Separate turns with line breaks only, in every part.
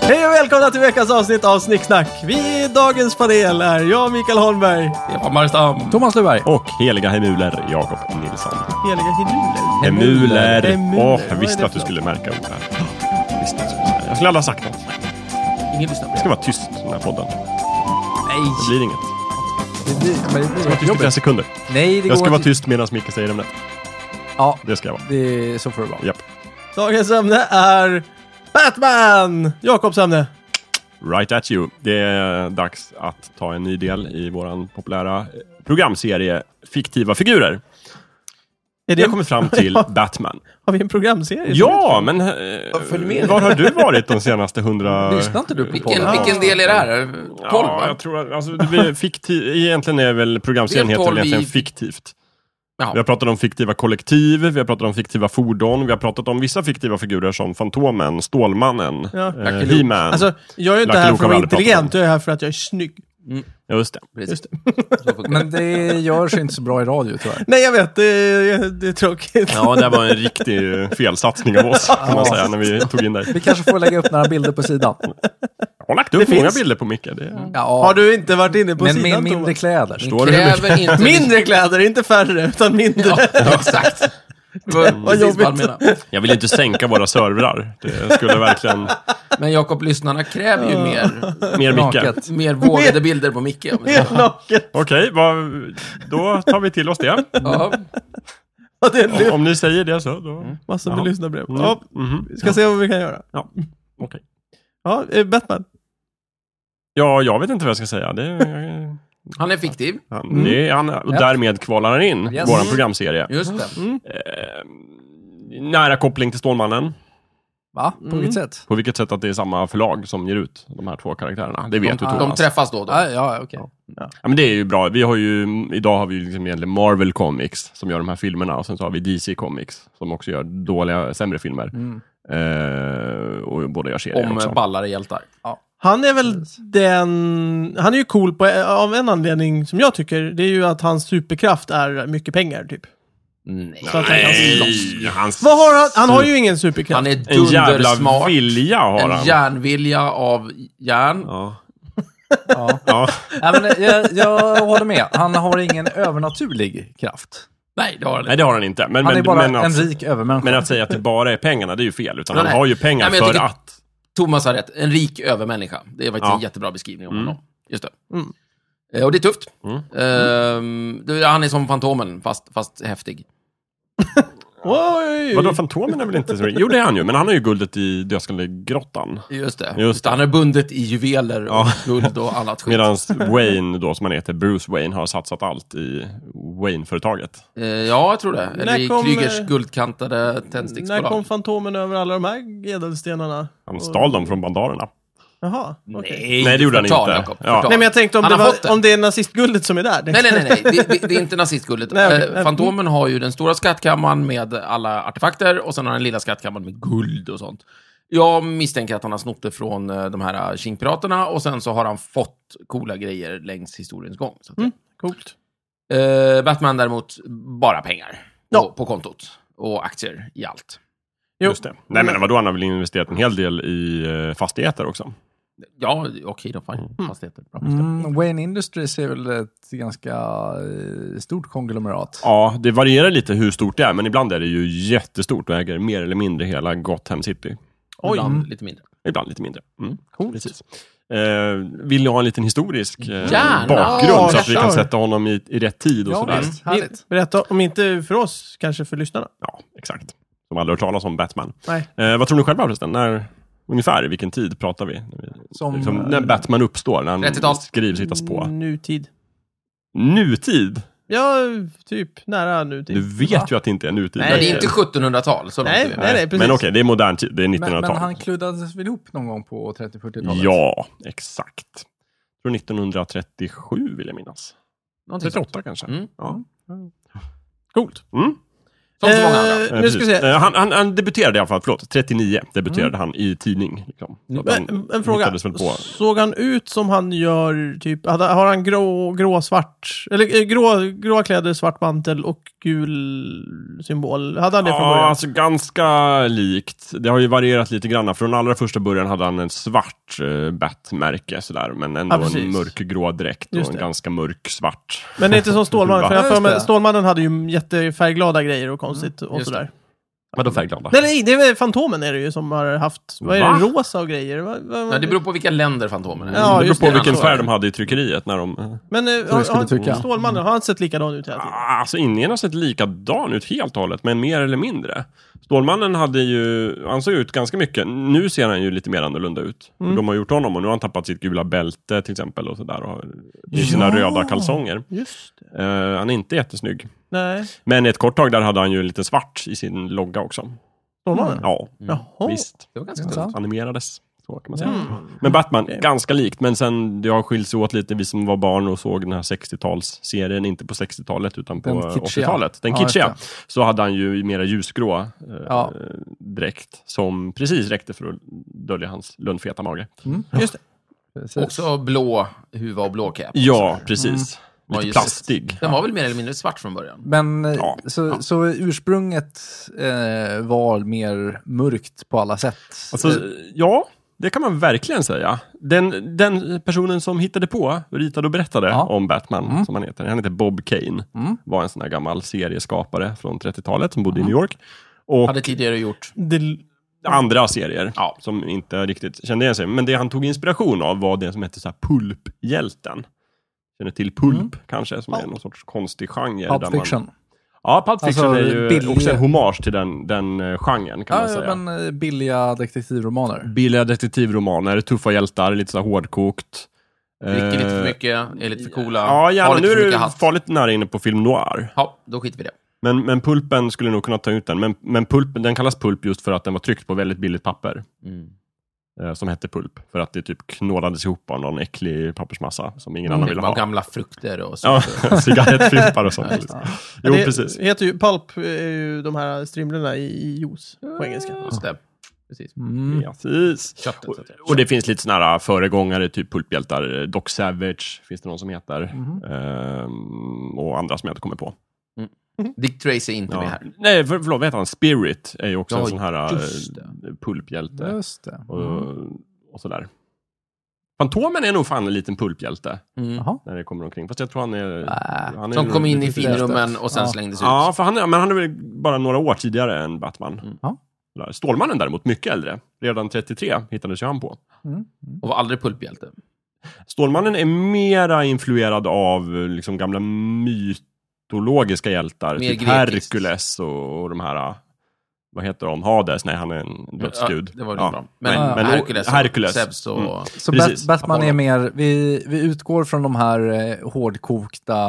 Hej och välkomna till veckans avsnitt av Snicksnack. Vi i dagens panel är jag, Mikael Holmberg,
Stefan Marstam.
Thomas Löfberg.
Och heliga hemuler, Jakob Nilsson.
heliga Hiduler.
Hemuler!
Hemuler.
Åh,
Vad är
jag
det
visste att
för
du skulle märka ord här. Jag visste att du skulle säga det. Jag skulle aldrig ha sagt något.
Ingen lyssnar på
Det ska vara tyst i den här podden. Det blir inget. Det ska vara tyst i
Jobbigt.
flera sekunder.
Nej, det
Jag
går
ska vara
inte.
tyst medan Micke säger ämnet.
Ja,
Det ska jag vara.
det är så får det vara.
Japp.
Dagens ämne är Batman! Jakobs ämne.
Right at you. Det är eh, dags att ta en ny del i vår populära eh, programserie Fiktiva figurer.
Är
Vi
det
har kommit fram till Batman.
Har vi en programserie?
Ja, men eh,
följ med.
var har du varit de senaste hundra...
Lyssnar inte du på
Vilken,
podden?
vilken del är det här? 12
Ja,
va?
jag tror alltså, det blir fiktiv, egentligen är väl programserien
Det är
heter väl
tolv i-
egentligen fiktivt.
Jaha.
Vi har pratat om fiktiva kollektiv, vi har pratat om fiktiva fordon, vi har pratat om vissa fiktiva figurer som Fantomen, Stålmannen,
Ja.
eh,
Lucky Luke.
He-Man.
Alltså, jag är ju inte
Lucky
här
Luke
för att
har vi
vara
aldrig pratat
intelligent,
om.
jag är här för att jag är snygg.
Ja, Just det.
Precis. Så funkar det.
Men det görs inte så bra i radio tyvärr.
Nej, jag vet. Det är, det är tråkigt.
Ja, det här var en riktig eh, felsatsning av oss, kan man säga, när vi tog in dig.
Vi kanske får lägga upp några bilder på sidan.
Jag har lagt upp många
finns.
bilder på Micke. Det...
Ja,
Har du inte varit inne på
men med
sidan,
mindre
Thomas?
kläder.
Förstår du hur mycket?
Kräver inte...
Mindre kläder, inte färre, utan mindre.
Ja, exakt. Det var precis vad han
jobbigt.
menade.
Jag vill inte sänka våra servrar. Det skulle verkligen...
Men Jakob, lyssnarna kräver ju mer,
Mer Micke.
Naket.
mer vågade bilder på Micke. om det-
Mer naken.
Okej, vad- då tar vi till oss det.
Ja,
Ja, det är en
Om,
lyft.
om ni säger det så, då...
Massor
Ja.
med lyssnarbrev.
Mm.
Ja,
Mhm.
vi ska se vad vi kan göra.
Ja, okej.
Ja, eh, Batman.
Ja, jag vet inte vad jag ska säga. Det,
han är fiktiv.
han, det är han, och
Ja.
därmed kvalar han in
Yes.
vår programserie.
Just det.
Eh, nära koppling till Stålmannen.
Va? På vilket
Mm.
sätt?
På vilket sätt att det är samma förlag som ger ut de här två karaktärerna. Det vet du
De
Thomas.
träffas då och då.
Ja, ja okej.
Ja, men det är ju bra. Vi har ju, idag har vi ju liksom egentligen Marvel Comics som gör de här filmerna och sen så har vi DC Comics som också gör dåliga, sämre filmer. Eh, och båda gör serier
Om
också.
ballare hjältar.
Han är väl den... Han är ju cool på, av en anledning som jag tycker. Det är ju att hans superkraft är mycket pengar, typ.
Nej.
Så att han kan slåss.
Nej, han,
Vad har han? Han har ju ingen superkraft.
Han är
en jävla
dundersmart.
vilja har
En
han.
järnvilja av järn.
Ja.
Ja.
Ja.
Nej, men eh, jag, jag håller med. Han har ingen övernaturlig kraft.
Nej, det har han
Nej,
inte.
det har han inte. Men,
Han är
men,
bara
men, alltså-
en
att,
rik övermänniska.
men att säga att det bara är pengarna, det är ju fel. Utan
Nej,
han
nej.
har ju pengar
Nej, men jag
för
tycker-
att...
Thomas har rätt. En rik övermänniska. Det är faktiskt
Ja.
en jättebra beskrivning om
Mm.
honom. Just det.
Mm.
Eh, Och det är tufft.
Mm.
Ehm, du, han är som Fantomen, fast, fast häftig.
Oj!
Vadå, Fantomen är väl inte så... Jo, det är han ju. Men han har ju guldet i Dödskallegrottan.
Just det.
Just det.
Han är bundet i juveler och
Ja.
guld och annat skit.
Medan Wayne då, som han heter, Bruce Wayne, har satsat allt i Wayne-företaget.
Eh, ja, jag tror det. Eller
När
i
kom,
Krygers
eh,
guldkantade
När
tändsticksbolag.
kom Fantomen över alla de här ädelstenarna?
Han
Och-
stal dem från bandarerna.
Jaha, okej.
Nej, det gjorde han
förtal,
inte.
Jakob,
Ja.
förtal.
Nej, men jag tänkte om,
Han
det,
har
var,
fått det.
om det är nazistguldet som är där.
Nej, nej, nej, nej. Det, det, det är inte nazistguldet.
Nej, okej.
Eh, Fantomen har ju den stora skattkammaren med alla artefakter och sen har han den lilla skattkammaren med guld och sånt. Jag misstänker att han har snott det från eh, de här eh, Qing-piraterna och sen så har han fått coola grejer längs historiens gång. Så att,
Mm. Coolt.
eh, Batman däremot, bara pengar
Mm. Ja.
på, på kontot och aktier i allt.
Jo.
Just det. Nej, men vadå, han har väl investerat en hel del i eh, fastigheter också.
Ja, okej då, fine. Fastigheter, bra.
Mm, Wayne Industries är väl ett ganska eh, stort konglomerat.
Ja, det varierar lite hur stort det är, men ibland är det ju jättestort och äger mer eller mindre hela Gotham City.
Oj.
Mm.
Ibland lite mindre.
Ibland lite mindre. Mm. Precis. Eh, vill ni ha en liten historisk eh,
Gärna.
bakgrund
Ja,
så att vi
kör.
kan sätta honom i, i rätt tid och sådär?
visst.
Vi-
Härligt.
Berätta, om inte för oss, kanske för lyssnarna.
Ja, exakt. Som aldrig hört talas om Batman.
Nej.
Eh, vad tror ni själva förresten? När, ungefär vilken tid pratar vi?
Som,
liksom, när Batman uppstår, när han
30-tal.
skrivs hittas
Mm.
på.
Nutid.
Nutid?
Ja, typ nära nutid.
Du vet ju att det inte är nutid.
Nej,
Men det är inte 1700-tal, så långt
Nej,
är vi.
nej. precis.
Men okej, det är modern tid. Det är
men,
1900-tal.
men han kluddades väl ihop någon gång på 30-40-talet?
Ja, exakt. Jag tror 1937 vill jag minnas.
Någonting sånt.
38 kanske.
Mm.
Ja. Coolt. Mm.
Som så många andra.
Eh,
Eh,
nu ska vi
precis.
se. Mm.
Eh, Han, han, han debuterade i alla fall, förlåt, 39 debuterade han i tidning. Liksom. Så att han
Men, en fråga.
hittades väl på-
Såg han ut som han gör, typ, hade- har han grå, grå svart, eller eh, grå, gråa kläder, svart mantel och gul symbol? Hade han det från
Ja,
början?
alltså ganska likt. Det har ju varierat lite grann. Från allra första början hade han en svart eh, Bat-märke sådär, men ändå
Ja, precis.
en mörkgrå dräkt och
Just
en
det.
ganska mörk svart.
Men det är inte som Stålmannen, för jag har för
Ja, just
mig,
det. Mm.
Stålmannen hade ju jättefärgglada grejer och konstigt och
just
sådär.
Vadå färgglada?
Nej, nej, det är väl Fantomen är det ju som har haft, vad är
Va?
det, rosa och grejer? Va, va,
Nej, det beror på vilka länder Fantomen är.
Ja,
det Alltså, beror
just
på
det.
vilken
Ja,
färg de hade i tryckeriet när de...
Men eh,
jag skulle
har,
tycka.
har, Stålmannen, har han sett likadan ut hela tiden?
Ah, Alltså ingen har sett likadan ut helt och hållet, men mer eller mindre. Stålmannen hade ju, han såg ut ganska mycket. Nu ser han ju lite mer annorlunda ut.
Mm.
Hur De har gjort honom och nu har han tappat sitt gula bälte till exempel och sådär. Och har i sina
Ja.
röda kalsonger.
Just det.
Eh, han är inte jättesnygg.
Nej.
Men ett kort tag där hade han ju lite svart i sin logga också.
Stålmannen?
Ja,
Mm. Jaha.
visst.
Det var ganska
Intressant.
coolt.
Animerades. Så kan man säga.
Mm.
Mm. Men Batman, ganska likt. Men sen, det har skilts åt lite, vi som var barn och såg den här 60-talsserien, inte på 60-talet utan på
Den kitschiga.
80-talet. Den
Ja,
kitschiga.
just
så hade han ju mera ljusgrå eh,
Ja.
dräkt som precis räckte för att dölja hans lönnfeta mage.
Just det.
Precis.
Också blå huva och blå cap.
Ja,
Mm.
precis.
Ja,
Lite
just det.
plastig.
Den var väl mer eller mindre svart från början?
Men eh,
Ja,
så, så ursprunget eh, var mer mörkt på alla sätt. Eh,
Alltså, ja, det kan man verkligen säga. Den, den personen som hittade på, ritade och berättade
Ja. Mm.
om Batman, som han heter, han heter Bob Kane, var en sån här gammal serieskapare från 30-talet som
Mm.
bodde i New York. Och
Hade tidigare gjort...
det
andra serier som inte riktigt kände igen sig. Men det han tog inspiration av var det som hette så här Pulp-hjälten. Känner till Pulp kanske, som är någon sorts konstig genre. där
Mm. Pulp
man-
Fiction.
Ja, Pulp Fiction
Alltså,
är ju
billig-
också en hommage till den, den eh, genren kan man säga.
ja, men eh, billiga detektivromaner.
billiga detektivromaner, tuffa hjältar, lite så här hårdkokt.
Dricker lite för
Eh,
mycket, är lite för coola,
Ja,
har
gärna. Nu
lite
är
för mycket
du
hatt.
farligt nära inne på film noir.
Ja, då skiter vi i det.
Men, men pulpen skulle nog kunna ta ut den. Men, men pulpen, den kallas pulp just för att den var tryckt på väldigt billigt papper. Eh, som hette pulp. För att det typ knådades ihop av någon äcklig pappersmassa som ingen annan ville
Bara
ha.
gamla frukter och så.
Ja, cigarettfimpar och sånt. liksom. Jo,
det
precis.
heter ju, pulp är ju de här strimlorna i, i juice
Ah.
på engelska.
Just det. Precis.
Mm.
Precis.
Köttet, så att säga.
Och, och det finns lite såna här föregångare, typ pulphjältar. Eh, Doc Savage finns det någon som heter.
Mhm.
Ehm, och andra som jag inte kommer på.
Dick Tracy är inte med här.
Nej, för, förlåt, vad heter han? Spirit är ju också
Ja,
en sån här eh,
just
pulphjälte.
Just det.
Och,
Mm.
och sådär. Fantomen är nog fan en liten pulphjälte
Mm.
Jaha.
när det kommer omkring. Fast jag tror han är...
Äh,
han är
Som
nog-
kom in i
lite-
finrummen och sen
Ja.
slängdes ut.
Ja, för han är, men han är väl bara några år tidigare än Batman.
Mm.
Ja.
Sådär. Stålmannen däremot, mycket äldre. Redan 33 hittades ju han på.
Och var aldrig pulphjälte.
Stålmannen är mera influerad av eh, liksom, gamla mytologiska hjältar.
Mer
typ
grekiskt.
Herkules och, och de här... eh, Vad heter de? Hades? Nej, han är en dödsgud.
Ja, det var ju
Ja.
bra. Men,
Men- men-
Hercules,
Hercules.
Zeus och...
Mm.
Så
Precis.
Bat Batman
Apollo.
är mer, vi, vi utgår från de här eh, hårdkokta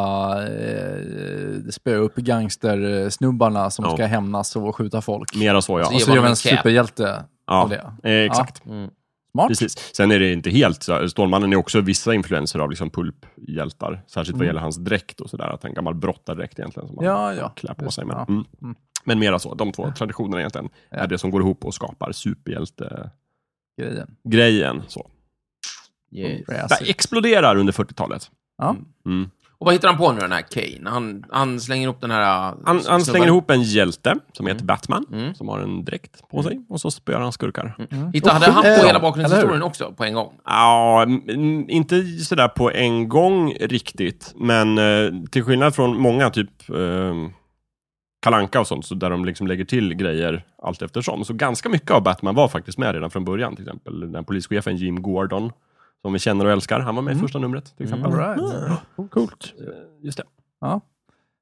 eh, spö upp gangstersnubbarna som
Ja.
ska hämnas och skjuta folk.
Mera så, ja.
Så
Och så gör vi
Ge honom
en
en cap.
superhjälte av
ja.
det.
Eh, exakt.
Mm.
Smart.
Precis. Sen är det inte helt så. Stålmannen är också vissa influenser av liksom pulphjältar. Särskilt vad gäller hans dräkt och sådär. Att en gammal brottardräkt egentligen som han
Ja, ja.
klär på
Just
sig.
det,
Men,
ja.
mm. men mera så. De två traditionerna egentligen är det som går ihop och skapar superhjältegrejen.
Grejen.
Så.
Yes.
Yes.
Det här exploderar under 40-talet.
Ja.
Mm.
Och vad hittar han på nu, den här Kane? Han, han slänger ihop den här... äh,
Han,
snubben.
han slänger ihop en hjälte som heter Batman,
Mm.
som har en dräkt på sig. Och så spöar han skurkar.
Hittar, hade han
Eh,
på hela
eller
bakgrundshistorien också på en gång?
Ja, m- m- inte sådär på en gång riktigt, men eh, till skillnad från många, typ eh, Kalanka och sånt, så där de liksom lägger till grejer allt eftersom. Så ganska mycket av Batman var faktiskt med redan från början, till exempel den här polischefen Jim Gordon, som vi känner och älskar, han var med i första numret till exempel.
All right.
Mm. Coolt. Just det.
Ja.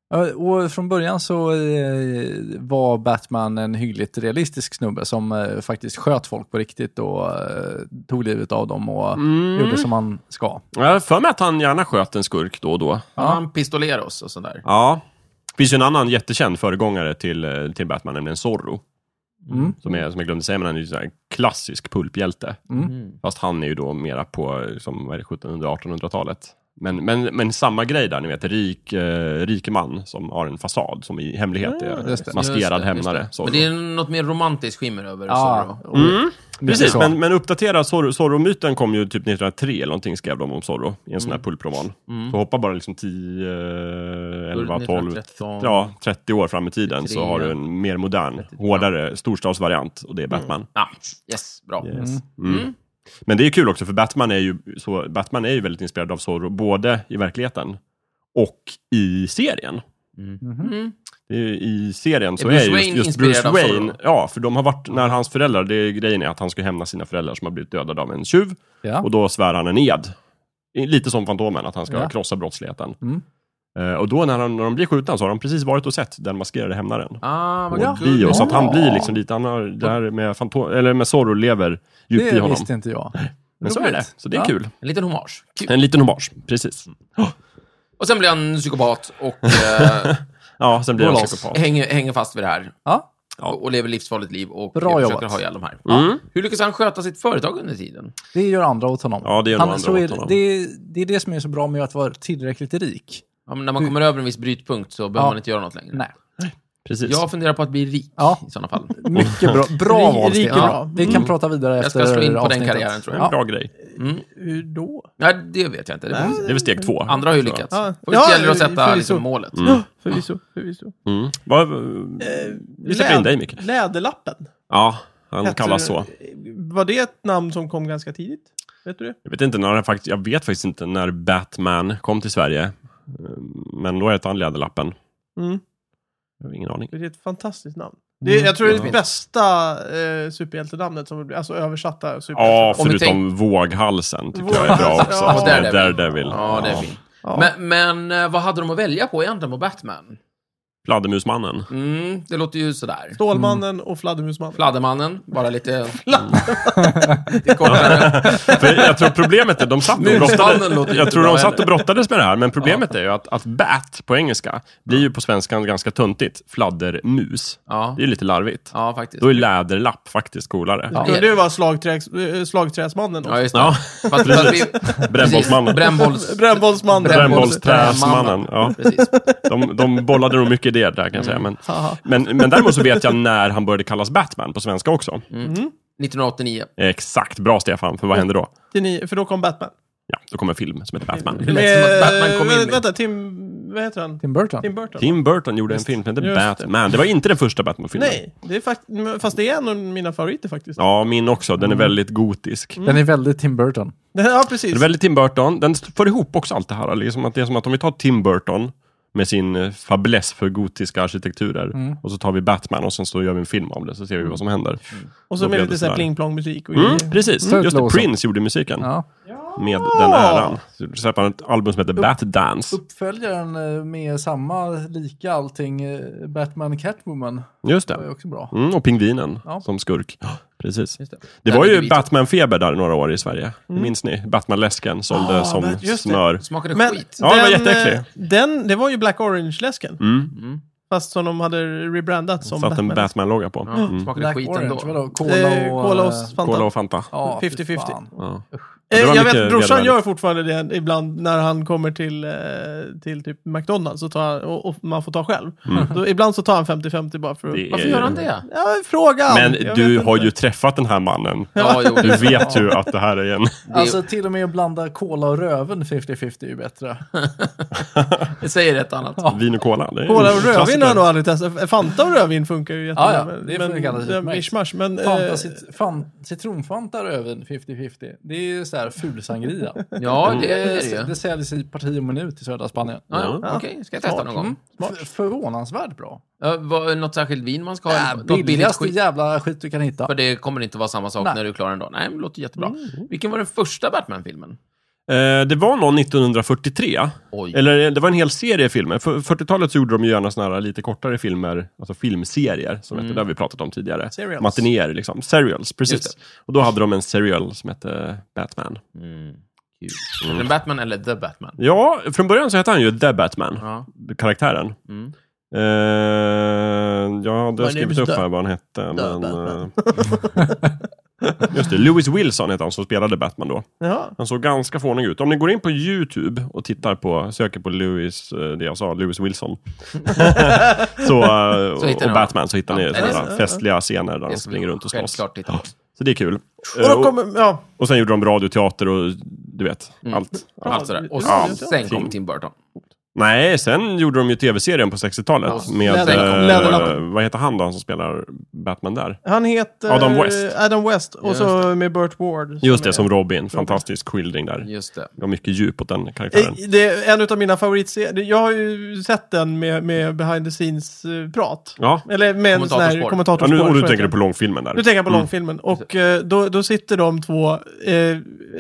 Ja, Och från början så eh, var Batman en hyggligt realistisk snubbe som eh, faktiskt sköt folk på riktigt och eh, tog livet av dem och
Mm.
gjorde som man ska.
Jag har för mig att han gärna sköt en skurk då och då.
Han pistolerar oss och sådär.
Ja. Det finns ju en annan jättekänd föregångare till, eh, till Batman, nämligen Zorro.
Mm.
Som, är, som jag glömde säga, men han är ju så här en klassisk pulphjälte.
Mm.
Fast han är ju då mera på eh, som, vad är det, 1700-1800-talet. Men, men, men samma grej där, ni vet, rik, eh, rik man som har en fasad som i hemlighet är
just det.
maskerad
Just det, just
hämnare.
det.
Zorro.
Men det är något mer romantiskt skimmer över
Ja,
Zorro.
och-
Mm,
lite
Precis,
så.
men, men uppdatera Zorro- Zorro-myten kom ju typ 1903 eller någonting skrev de om Zorro i en sån här pulproman. Så hoppa bara liksom 10, eh, 11, 12,
1913.
ja, 30 år fram i tiden så
33,
har du en mer modern, hårdare storstadsvariant och
Mm.
det är Batman.
Ja, yes, bra.
Mm. Men det är kul också för Batman är ju, så, Batman är ju väldigt inspirerad av Zorro, både i verkligheten och i serien.
Mm-hmm.
Mm.
Det är ju- I serien så
Är
är,
Bruce
just,
Wayne
just
inspirerad
Bruce
av
Wayne,
Zorro?
ja, för de har varit, när hans föräldrar, det är, grejen är att han ska hämna sina föräldrar som har blivit dödade av en tjuv.
Ja.
Och då svär han en ed. I- Lite som Fantomen, att han ska
Ja.
krossa brottsligheten.
Mm.
Eh, och då när, han, när de blir skjutna så har de precis varit och sett den maskerade hämnaren.
Ah, vad
På
gulligt.
bio, så att han
Ja.
blir liksom lite, han har, det här med, Fanto- eller med Zorro lever djupt i
Det
honom.
visste inte jag.
Men så är
Roligt.
det, så det är
Ja.
kul.
En liten hommage. Kul.
En liten hommage, precis.
Och sen blir han psykopat och eh,
Ja, sen blir
Gå
han
loss.
psykopat.
hänger, hänger fast vid det här.
Ja.
Och och lever livsfarligt liv och
Bra
försöker
jobbat. Mm.
ha ihjäl de här. Ja. Hur lyckas han sköta sitt företag under tiden?
Det gör andra åt honom.
Ja, det gör nog andra
så
åt
är,
honom.
Det, det är det som är så bra med att vara tillräckligt rik.
Ja, men när man kommer över en viss brytpunkt så behöver
Ja.
man inte göra något längre.
Nej.
Precis.
Jag funderar på att bli rik
Ja.
i sådana fall.
Mycket bra. Bra Mm.
Rik-
val,
rik
Stefan.
är
Ja,
bra.
Vi kan prata vidare
Jag
efter
ska slå in på den
avsnittet.
karriären, tror
Det är en
jag.
Ja.
bra grej.
Hur då?
Mm. Nej, det vet jag inte. Det får vi
Det
se.
är väl steg två.
Andra har ju lyckats.
Ja.
Och det
Ja,
gäller att sätta
förvisso.
liksom, målet.
Ja, förvisso. förvisso.
Mm. Vad- Vi släpper in
Läd-
dig, Micke.
Läderlappen.
Ja, han
Hette-
kallas så.
Var det ett namn som kom ganska tidigt? Vet du det?
Jag vet, inte när han faktiskt, jag vet faktiskt inte när Batman kom till Sverige. Eh, Men då hette han Läderlappen.
Mm.
Jag har ingen aning.
Det är ett fantastiskt namn. Det
Mm.
är, jag tror det är det bästa eh, superhjältenamnet som blir, alltså översatta
Ja,
superhjältenamn.
Om vi
förutom Våghalsen tycker jag är bra
Våghalsen,
också.
ja.
Ja,
Daredevil.
Daredevil.
Ja, det är fint.
Ja.
Men, men eh, vad hade de att välja på egentligen på Batman?
Fladdermusmannen.
Mm, det låter ju sådär.
Stålmannen
Mm.
och Fladdermusmannen.
Fladdermannen, bara lite... Mm. lite kortare.
För jag tror problemet är, de satt och
Murstannen låter
brottades,
ju
jag
inte
tror
bra
de satt
heller.
och brottades med det här, men problemet är ju att, att bat på engelska blir ju på svenskan ganska tuntigt. Fladdermus.
Ja,
Det är ju lite larvigt.
ja faktiskt.
Då är läderlapp faktiskt coolare.
Ja. Skulle du vara slagträs, eh, slagträsmannen
Ja,
också?
just det. Fast, fast vi...
Brännbollsmannen.
Precis, Brännbolls...
Brännbollsmannen.
Brännbollsträsmannen. Ja.
Precis.
De, de bollade nog mycket idéer där kan jag säga.
Mm.
Men,
Haha.
men, men däremot så vet jag när han började kallas Batman på svenska också.
Mm.
1989.
Exakt, bra Stefan, för vad hände då?
89, för då kom Batman.
Ja, då kom en film som heter Batman.
Mm.
Det lät som att Batman kom in
Med,
i-
vänta, Tim... Vad heter han?
Tim Burton.
Tim Burton.
Tim Burton gjorde en film som hette
Just det.
Batman. Det var inte den första Batman-filmen.
Nej, det är fakt men- fast det är en av mina favoriter faktiskt. Ja,
Ja, min också. Den är
Mm.
väldigt gotisk.
Den är väldigt Tim Burton.
Det
precis.
är väldigt Tim Burton. Den får ihop också allt det här. Liksom att det är som att om vi tar Tim Burton med sin eh, fäbless för gotiska arkitekturer och så tar vi Batman och sen så gör vi en film om det så ser vi vad som händer.
Och så
Då
med
blev
lite
det
såhär
sådär.
pling-plong-musik. Och
Mm,
grejer.
precis,
Mm.
just det.
Lawson.
Prince gjorde musiken
Ja.
med den äran. Så släppte han ett album som heter Bat Dance.
Uppföljaren eh, med samma, lika allting, eh, Batman Catwoman,
Just
var ju
det.
också bra.
Mm, och Pingvinen
Ja.
som skurk. Ja, Precis.
Just det.
Det
Där
var
ligger
ju
vi.
Batman-feber där några år i Sverige. Minns ni? Batman-läsken sålde
Ah,
som
men just det.
smör.
Smakade
Men
skit.
Ja, det var
den,
jätteäcklig.
eh, Den, det var ju Black Orange-läsken.
Mm.
Fast som de hade rebrandat som
Satt en
Batman.
Batman-logga på.
Ja,
Mm.
Smakade
Black
skit
Orange,
ändå.
vadå?
Eh,
Cola och...
Cola och
eh,
Cola
Fanta.
och Fanta.
Ja, fy
50-50.
fan.
Ja.
Eh,
Det var
Jag
mycket
vet, brorsan
vedervärdigt.
gör fortfarande det ibland när han kommer till, eh, till typ McDonalds och, tar, och, och man får ta själv. Då, ibland så tar han 50-50 bara för
Mm. Det
att...
Varför
är-
gör han det?
Ja, frågan!
Men
Jag
du
vet
har
inte.
ju träffat den här mannen.
Ja, jo,
Du
det-
vet ju att det här är en...
det-
Alltså till och med att blanda cola och röven 50-50 är ju bättre.
Det säger ett annat.
Vin och cola. Det är en
Cola och rödvin
klassiker.
har jag nog aldrig testat. Fanta och rödvin funkar ju jättebra.
Ja, ja,
men-
det
men,
funkar alldeles
det är
utmärkt.
mischmasch, men, eh,
Fanta, cit fan, citronfanta röven 50-50. Det är ju så här fulsangria.
Ja, det är det
Det,
ju.
det säljs i parti och minut i södra Spanien.
Ja, ja,
Ja.
Okej, ska jag testa någon gång.
F- Förvånansvärt bra.
Ja, vad- något särskilt vin man ska ha?
Ja,
Något billigt
billigaste
skit?
jävla skit du kan hitta.
För det kommer inte vara samma sak
Nej.
när du är klar en dag. Nej, men det låter jättebra. Vilken var den första Batman-filmen?
Eh, det var någon 1943.
Oj.
Eller eh, det var en hel serie filmer. För 40-talet så gjorde de ju gärna såna här lite kortare filmer, alltså filmserier, som hette, det har vi pratat om tidigare.
Serials.
Matinéer liksom. Serials, precis.
Mm. Just
Och då hade de en serial som hette Batman.
Mm. Kul. Heter den Batman eller The Batman?
Ja, från början så hette han ju The Batman,
Ja.
karaktären.
Mm.
Eh, jag hade
My name
skrivit
is
upp
The-
här vad han hette, men...
Batman.
eh, Just det, Lewis Wilson heter han som spelade Batman då.
Ja.
Han såg ganska fånig ut. Om ni går in på YouTube och tittar på, söker på Lewis, eh, det jag sa, Lewis Wilson. så, eh,
Så hittar ni
och
honom.
Batman så hittar ni
Ja, det är
sådana här festliga scener där
Det
de
ska vi
springer runt och slåss.
Självklart titta på.
Så det är kul.
Och
Eh,
då kommer, ja.
Och sen gjorde de radioteater och du vet,
Mm.
allt.
Allt sådär. Och
Ja,
sen kom
Tim.
Tim Burton.
Nej, sen gjorde de ju tv-serien på 60-talet
Ja,
med,
Läder-
eh,
Läderlappen.
vad heter han då som spelar Batman där?
Han heter eh,
Adam West.
Adam West. Och
Just
så med Burt Ward.
Just det,
är-
som Robin. Fantastisk skildring där.
Just det.
Det var mycket djup åt den karaktären.
Eh, Det är en av mina favoritserier. Jag har ju sett den med, med behind the scenes-prat.
Ja,
Eller med en sån här
Kommentatorspår.
ja
kommentatorspår.
nu, och
tror
du
jag
tänker
det
du på långfilmen där.
Nu tänker jag på långfilmen. Och eh, då, då sitter de två, eh,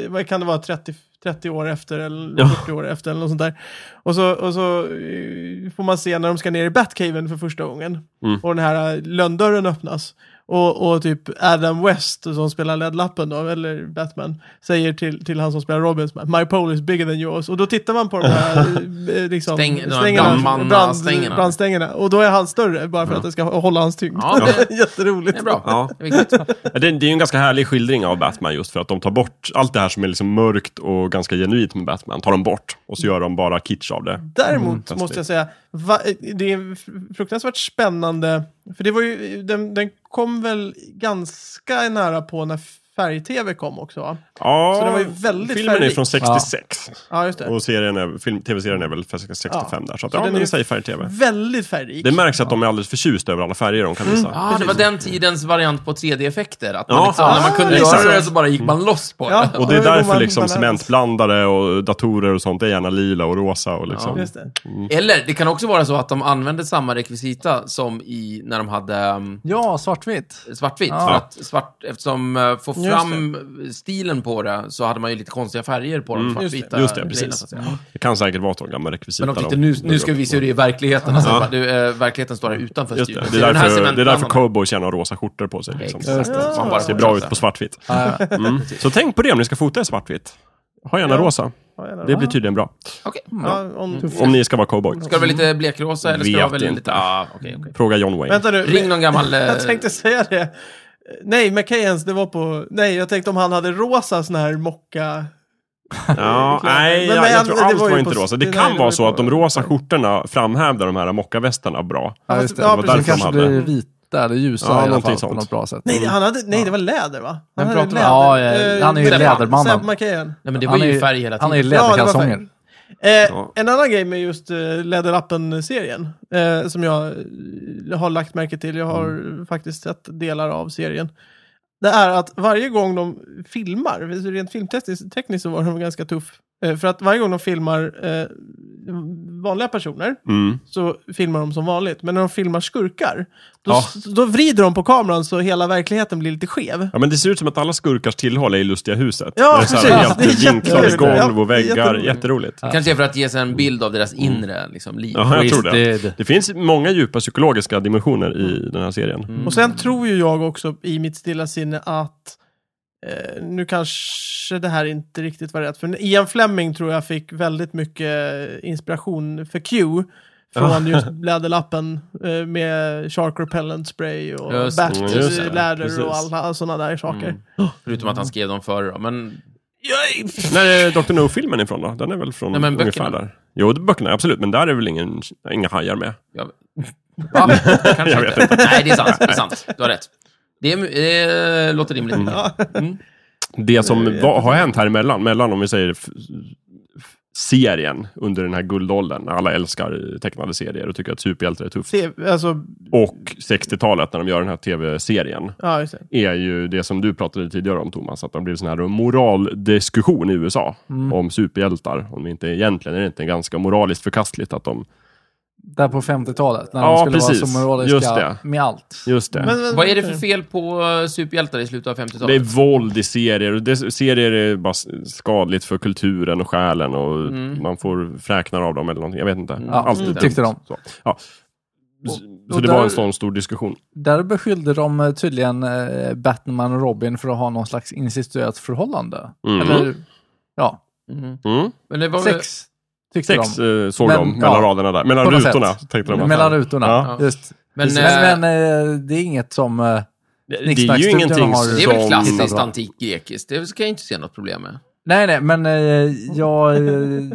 vad kan det vara, 30, 30 år efter eller 40 år efter eller något sånt där. Och så, och så eh, får man se när de ska ner i Batcaven för första gången. Och den här eh, lönndörren öppnas. Och, och typ Adam West som spelar Led-lappen då, eller Batman, säger till, till han som spelar Robin, som är, My pole is bigger than yours. Och då tittar man på de här eh, eh, liksom,
Stäng- de här brandmanna- stängerna.
brandstängerna. Och då är han större, bara för att det ska hålla hans tyngd.
Ja, det-
Jätteroligt.
Det är bra.
Ja.
Det är viktigt.
Ja, Det, det är ju en ganska härlig skildring av Batman just för att de tar bort allt det här som är liksom mörkt och ganska genuint med Batman. Tar de bort och så gör de bara kitsch av det.
Däremot
Mm.
måste jag säga, va, det är fr- fruktansvärt spännande. För det var ju, den, den kom väl ganska nära på när färg-tv kom också va?
Ja,
Så det var ju väldigt
filmen är
färglik.
från 66.
Ja, just det.
Och serien är, film, tv-serien är väl från 65 där. Så, att,
Så
ja,
den är
men
ju-
säg färg-tv.
Väldigt Mm. färgrik.
Det märks att de är alldeles förtjusta över alla färger de kan visa.
Ah, det var den tidens variant på 3D-effekter. Att man
Ja. Mm.
liksom,
Ah,
när man kunde
exakt.
göra det så bara gick man loss på
Ja.
det.
Och det är
då går
därför
man
liksom
bananas.
cementblandare och datorer och sånt är gärna lila och rosa. Och liksom.
Just det.
Eller, det kan också vara så att de använde samma rekvisita som i när de hade um,
Ja, svartvitt.
svartvitt.
Ja.
För att svart, eftersom uh, få
Just
fram stilen på det så hade man ju lite konstiga färger på de svartvita
Mm. Just det,
grejerna,
precis.
så att säga.
Det kan säkert vara att de gamla rekvisita.
Men de tyckte nu, nu ska vi se hur det är i verkligheten. Alltså,
Ja.
bara, du, eh, verkligheten står här utanför
Just det.
studion.
Det,
Ser du
är
den här
därför, det är därför
cementblandaren?
cowboys gärna har rosa skjortor på sig. Liksom.
Exakt.
Ja.
Så
Det ser
man bara fortsätter.
bra ut på svartvitt.
Ja, ja.
Mm. Så tänk på det om ni ska fota i svartvitt. Ha gärna
Ja.
rosa.
Ja, jävlar.
Det blir tydligen bra.
Okej.
Mm.
Ja, om,
Om ni ska vara cowboy.
Ska det vara lite blekrosa eller ska det
Vet
vara väl
inte. mm.
lite... Ah, okej, okej.
Fråga John Wayne.
vänta nu.
Ring någon gammal... eh,
Jag tänkte säga det. Nej, McKayens, det var på... Nej, jag tänkte om han hade rosa sån här mocka...
Ja, nej,
Men-
jag,
men
jag
han-
tror
det
allt
var
var,
ju på-
inte rosa. Det
nej,
kan
det var
vara
ju
så
på-
att de rosa skjortorna framhävde de här mockavästarna bra.
Ja,
fast-
just det.
ja,
Ja,
precis.
precis.
Därför de
kanske
hade-
blir vita eller ljusa
Ja,
i alla
någonting
fall på
sånt.
något bra sätt. Mm.
Nej, han hade, nej det var läder va? Han
Vem
hade Eh,
pratar vi
om? Ja, ja, han är ju
Sepp-
lädermannen.
Sepp McKayen.
Nej, men det var
Han är
ju
ju-
färg hela tiden.
Han är i
Ja, det var
läderkalsonger.
färg. Eh, En annan grej med just eh, Leather Up-serien eh, som jag eh, har lagt märke till, jag har faktiskt sett delar av serien, det är att varje gång de filmar, rent filmtekniskt tekniskt så var de ganska tuff, eh, för att varje gång de filmar eh, vanliga personer
Mm.
så filmar de som vanligt, men när de filmar skurkar, då,
Ja.
s- då vrider de på kameran så hela verkligheten blir lite skev.
Ja, men det ser ut som att alla skurkars tillhåll är i Lustiga huset.
Ja,
det är så
precis.
här
Det är
helt vinklade
jätteroligt.
golv
Ja,
och
det är
väggar.
jätteroligt.
Jätteroligt.
Kanske är för att ge sig en bild av deras inre liksom, liv.
Mm. Ja, jag tror det.
Twisted.
Det finns många djupa psykologiska dimensioner i den här serien.
Mm.
Och sen tror ju jag också i mitt stilla sinne att eh, nu kanske det här inte riktigt var rätt. För Ian Fleming tror jag fick väldigt mycket inspiration för Q. Från just läderlappen eh, med shark repellent spray och
Just-
Mm, just det. Precis.
bat-läder och alla sådana där saker.
Förutom att han skrev dem förr. då, Men
När är Dr. No-filmen ifrån då? Den är väl från
Nej, men
ungefär
böckerna.
där? Jo, böckerna, absolut. Men där är väl ingen, inga hajar med.
Jag, Va? Kanske
Jag vet
inte. Nej, det är sant. Det är sant. Du har rätt. Det är, eh, låter rimligt.
Mm. Det som va, har hänt här emellan, mellan om vi säger f- f- serien under den här guldåldern, när alla älskar tecknade serier och tycker att superhjältar är tufft,
Se, alltså,
och 60-talet när de gör den här tv-serien,
ja, just det.
är ju det som du pratade tidigare om Thomas, att det har blivit sån här moraldiskussion i USA
Mm.
om superhjältar. Om det inte, egentligen är det inte ganska moraliskt förkastligt att de...
Där på 50-talet, när
Ja,
de skulle vara
precis.
så moraliska
Just det.
med allt.
Just det.
Men- men-
Vad är det
Alltså-
för fel på eh, superhjältar i slutet av 50-talet?
Det är våld i serier. Och det, serier är bara s- skadligt för kulturen och själen och man får fräknar av dem eller någonting. Jag vet inte.
Ja,
Allt är
mm.
dumt.
Mm. tyckte de.
Så, ja. Så-
och
så det
där-
var en sån stor diskussion.
Där beskyllde de eh, tydligen eh, Batman och Robin för att ha någon slags incestuöst förhållande.
Mm.
Eller, ja,
Mhm.
Mm.
Men det var väl-
sex tyckte
Sex
de.
eh, såg
Men,
de
ja,
mellan raderna där. Mellan
på något
rutorna,
sätt.
tänkte de. att-
Mellan rutorna,
Ja.
just.
Men,
Men,
eh,
men, eh, det är inget som eh,
Det, det är ju
Snicksnackstudion
ingenting
har-
som...
Det är väl klassiskt
Som-
antikt grekiskt. Det ska jag inte se något problem med.
Nej, nej, men eh, jag... eh,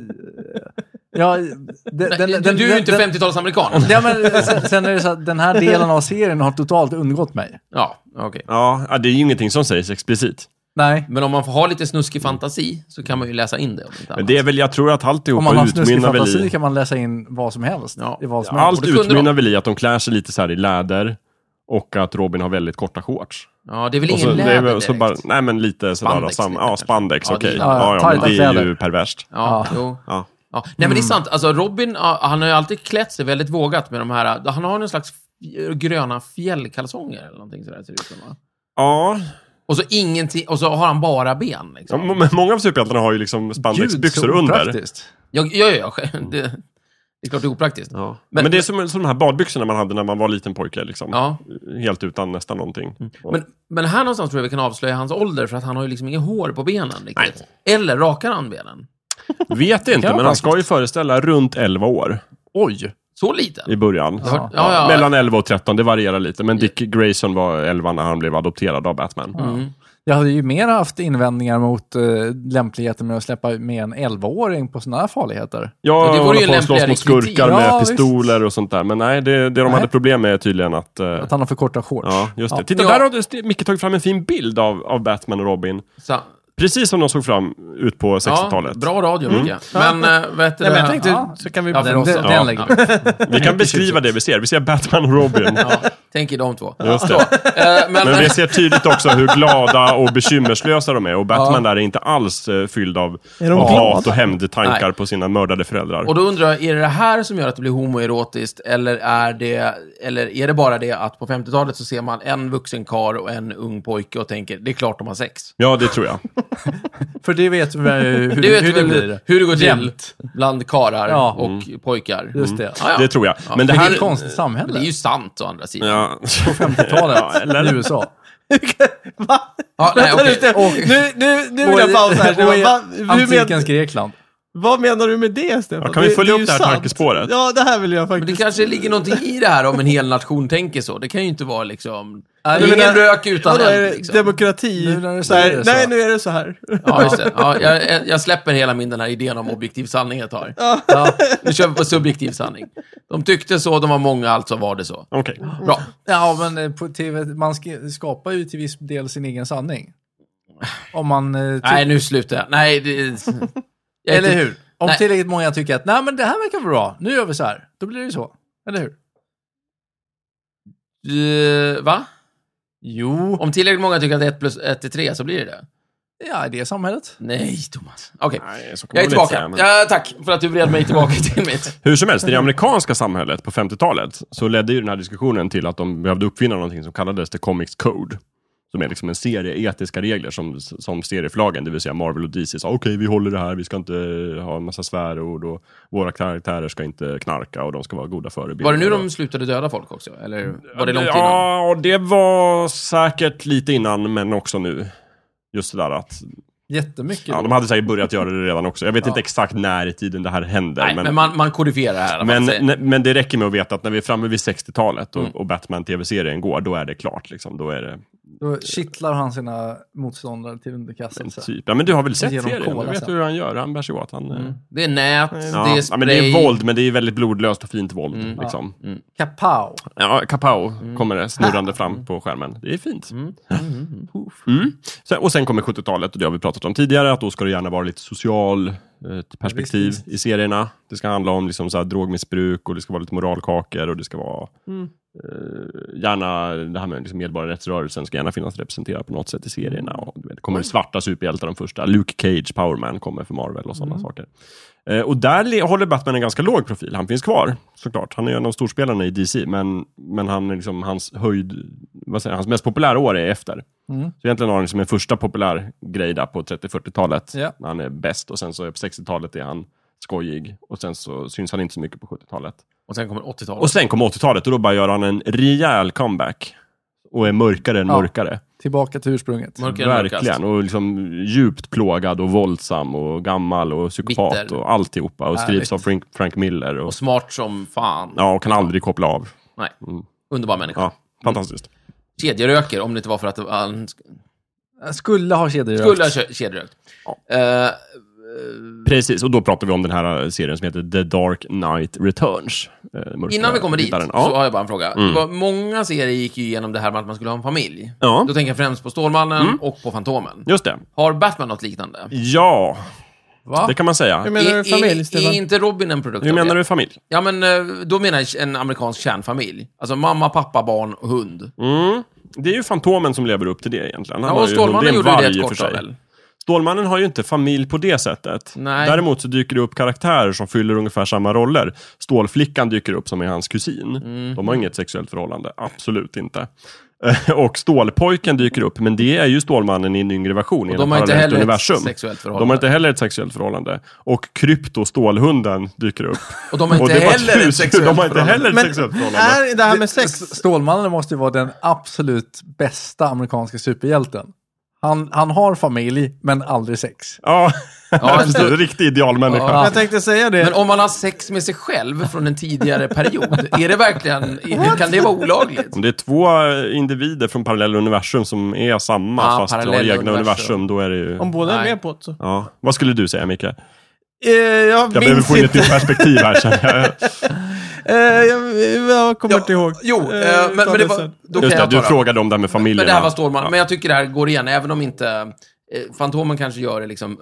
ja, den,
Nej, du, du är ju inte 50-talsamerikan.
Ja, men eh, sen, sen är det så att den här delen av serien har totalt undgått mig.
Ja, okej.
Ja, ja, det är ju ingenting som sägs explicit.
Nej.
Men om man får ha lite snuskig fantasi så kan man ju läsa in det. Om inte
Men
annat.
det är väl, jag tror att
Om man
alltihopa
har snuskig
utmynnar väl
fantasi
i...
kan man läsa in vad som helst.
Ja.
I vad som helst.
Allt
Och det kunde
utmynnar
de.
väl i att de klär sig lite så här i läder och att Robin har väldigt korta shorts.
Ja, det är väl
Och så,
ingen
det är
läder
väl,
direkt.
så bara, nej men lite sådär,
Spandex
samma,
lite
ja
kanske.
spandex,
Ja, det
okej.
är-
Ja, ja, men det är
Tajta
ju
kläder.
perverst.
Ja,
Ja.
jo.
Ja.
Ja. Nej, men det är
Mm.
sant. Alltså, Robin ja, han har ju alltid klätt sig väldigt vågat med de här... Han har någon slags f- gröna fjällkalsonger eller någonting sådär, ser det ut som, va?
Ja,
Och så ingenting... Och så har han bara ben,
ja,
liksom.
men många av superhjältarna har ju liksom spandexbyxor under.
opraktiskt.
Ja, ja, ja. ja. Det, det är klart det är opraktiskt.
Ja. Men,
Men-
det är som, som de här badbyxorna man hade när man var liten pojke, liksom.
Ja.
Helt utan nästan någonting. Och-
Men, men här någonstans tror jag vi kan avslöja hans ålder, för att han har ju liksom inget hår på benen riktigt. Eller rakar han benen?
Vet inte,
Ja,
men han ska ju föreställa runt 11 år
Oj!
Så liten?
i början.
Jag har- Ja, ja.
Mellan 11 och 13, det varierar lite. Men Dick Grayson var 11 när han blev adopterad av Batman.
Mm.
Jag hade ju mer haft invändningar mot eh, lämpligheten med att släppa med en 11-åring på sådana här farligheter.
Ja,
Och det
det
vore
håller
ju
på
en
att slåss
lämpligare
mot skurkar
kritik.
med
Ja,
pistoler och sånt där. Men nej, det, det de
Nej.
hade problem med är tydligen att... eh,
Att han har för korta shorts.
ja, just det.
Ja.
Titta,
Ja.
där har du- St- Micke tagit fram en fin bild av, av Batman och Robin.
Så,
Precis som de såg fram ut på 60-talet.
Ja, bra radio,
Mm.
Micke. Men äh, vet du...
Nej, men jag tänkte,
Ja.
så kan vi...
Ja, för
Den,
oss.
den, den lägger vi.
Vi kan beskriva det vi ser. Vi ser Batman och Robin.
Ja, tänk i de två.
Just det.
Eh, men,
Men vi ser tydligt också hur glada och bekymmerslösa de är. Och Batman där är inte alls eh, fylld av,
Är de
av
glada?
hat och hämndtankar
Nej.
på sina mördade föräldrar.
och då undrar jag, är det det här som gör att det blir homoerotiskt? Eller är det, eller är det bara det att på 50-talet så ser man en vuxen kar och en ung pojke och tänker, det är klart de har sex.
Ja, det tror jag.
För det vet vi hur,
Du vet
hur
hur det blir. Hur det går till
Jämt.
bland karar
Ja.
och pojkar. Mm.
Just det.
Ah, Ja, ja.
Det tror jag.
Ja,
Men det
Det är
här...
ett konstigt
Men
samhälle.
det är ju sant å andra sidan.
Ja.
50-talet
eller-
i USA.
Va?
Ja, nej,
Vänta
okej.
lite. Nu, nu, nu vill jag pausa här. Det
Och i
var, va, hur
antikens
men,
Grekland.
vad menar du med det, Stefan?
Ja, kan vi följa
är
upp det här
ju sant.
tankespåret?
Ja, det här vill jag
Men det
faktiskt.
kanske ligger någonting i det här om en hel nation tänker så. Det kan ju inte vara liksom...
Nej,
ingen
men-
rök utan
Vadå, är
eld.
det
Liksom.
demokrati?
Nu när du
Så här,
säger det så.
Nej, nu är det så här.
Ja, just det. Ja, jag, jag släpper hela min den här idén om objektiv sanning ett tag. Ja, nu kör vi på subjektiv sanning. De tyckte så, de var många, alltså var det så.
Okej.
Bra.
Ja, men eh, på TV, man sk- skapar ju till viss del sin egen sanning. Om man... eh, ty-
Nej, nu slutar jag. Nej, det... jag är
eller
inte-
hur? Om
Nej.
tillräckligt många tycker att nej, men det här verkar bra, nu gör vi så här. Då blir det ju så. Eller hur?
Eh, va?
Jo.
Om tillräckligt många tycker att 1 plus 1 är 3 så blir det det.
Ja, i det samhället.
Nej, Thomas. Okej.
Nej, så kan
Jag är
man väl
tillbaka.
inte säga, men-
ja, tack för att du vred mig tillbaka till mitt.
Hur som helst, i det amerikanska samhället på 50-talet så ledde ju den här diskussionen till att de behövde uppfinna någonting som kallades The Comics Code. Som är liksom en serie etiska regler som, som serieförlagen, det vill säga Marvel och DC, sa okej vi håller det här, vi ska inte ha en massa svärord och våra karaktärer ska inte knarka och de ska vara goda förebilder.
Var det nu
Och-
de slutade döda folk också? Eller var det långt innan?
Ja, det var säkert lite innan, men också nu. Just det där att
Jättemycket.
ja, de hade säkert börjat göra det redan också. Jag vet inte exakt när i tiden det här händer.
Nej, men, man, man kodifierar det här. alltså. i alla
Men,
fall. Så-
ne- men det räcker med att veta att när vi är framme vid 60-talet
Mm.
och, och Batman-tv-serien går, då är det klart. Liksom. Då är det
Då kittlar han sina motståndare till
en
underkastelse.
typ. Ja, men du har väl sett
Genom
serien? Du
kola
vet
sen.
hur han gör. Han bär sig åt. Han, eh,
det är nät,
ja.
Mm. det är
ja,
spray. Mm.
men det är våld, men det är väldigt blodlöst och fint våld. Liksom. Ja.
Kapow!
Kapow kommer det snurrande fram på skärmen. Det är fint. Mm. Sen, och sen kommer 70-talet, och det har vi pratat om tidigare, att då ska det gärna vara lite social eh, perspektiv i serierna. Det ska handla om liksom, så här, drogmissbruk och det ska vara lite moralkakor och det ska vara eh, gärna det här med liksom medborgarrättsrörelsen ska gärna finnas representerad på något sätt i serierna. Och, du vet, det kommer svarta superhjältar de första. Luke Cage, Powerman kommer för Marvel och sådana saker. Eh, och där le- håller Batman en ganska låg profil. Han finns kvar, såklart. Han är en av storspelarna i DC, men, men han är liksom, hans höjd, vad säger, jag, hans mest populära år är efter.
Mm.
Så egentligen har han liksom en första populär grej där på 30-40-talet,
Ja.
när han är bäst. Och sen så är på 60-talet är han skojig. Och sen så syns han inte så mycket på 70-talet.
Och sen kommer 80-talet.
Och sen kom 80-talet och då bara gör han en rejäl comeback. Och är mörkare än
Ja.
mörkare.
Tillbaka till ursprunget.
Mörkare än mörkast.
Verkligen. Och liksom djupt plågad och våldsam och gammal och psykopat
Bitter.
och alltihopa. Och skrivs
Härligt.
av Frank, Frank Miller. Och,
Och smart som fan.
ja, och kan aldrig koppla av.
Nej. Underbar människa.
Ja, fantastiskt.
kedjeröker, om det inte var för att det var- han sk-
Jag skulle ha kedjerökt.
skulle ha ke- kedjerökt. Eh,
Precis, och då pratar vi om den här eh, serien som heter The Dark Knight Returns. Eh, Mörka
innan vi kommer dit
riddaren.
så
Ja.
har jag bara en fråga.
Mm.
Det var, många serier gick ju igenom det här med att man skulle ha en familj.
ja, Mm.
Då tänker jag främst på Stålmannen och på Fantomen.
just det.
Har Batman något liknande?
Ja,
Va?
det kan man
Hur
säga.
menar
Är-
du familj,
är-
Stefan?
Är inte Robin en produkt
Hur
av det?
menar du familj?
Ja, men eh, då menar jag en amerikansk kärnfamilj. Alltså mamma, pappa, barn och hund.
Mm. Det är ju Fantomen som lever upp till det egentligen. Han
Ja,
har
och
ju hund.
Stålmannen
är en
gjorde ju det
varg
ett
för
kort
sig.
av väl?
Stålmannen har ju inte familj på det sättet.
Nej.
Däremot så dyker det upp karaktärer som fyller ungefär samma roller. Stålflickan dyker upp som är hans kusin.
Mm.
De har inget sexuellt förhållande, absolut inte. Och Stålpojken dyker upp, men det är ju Stålmannen i en yngre version, i
De
ett
har inte
parallellt
heller
universum.
ett sexuellt förhållande.
De har inte heller ett sexuellt förhållande. Och Kryptostålhunden dyker upp.
Och de har
Och
inte
det var
heller
tur,
ett sexuellt
De har inte
förhållande.
heller ett
Men
sexuellt förhållande.
är det här med
S-
sex...
Stålmannen måste ju vara den absolut bästa amerikanska superhjälten. Han, han har familj, men aldrig sex.
Ja,
Ja,
precis. En riktig idealmänniska.
Ja.
Jag tänkte säga det.
Men om man har sex med sig själv från en tidigare period, är det verkligen... är- Kan det vara olagligt?
Om det är två eh, individer från parallella universum som är samma
Ah,
fast har egna
parallella
universum.
universum,
då är det ju...
Om båda är
Nej.
med på det så.
Ja. Vad skulle du säga Micke? Jag
Eh, jag
behöver
minns
få in ett
inte.
nytt perspektiv här känner jag.
Eh, jag, jag kommer
Ja,
inte ihåg.
Jo, eh,
Eh,
men, men
ta
det
sen.
var... Då kan
Just det,
jag
du
ta det.
frågade om det här med familjerna.
Men det här var Stålmannen. Men jag tycker det här går igen, även om inte... Eh, Fantomen kanske gör det liksom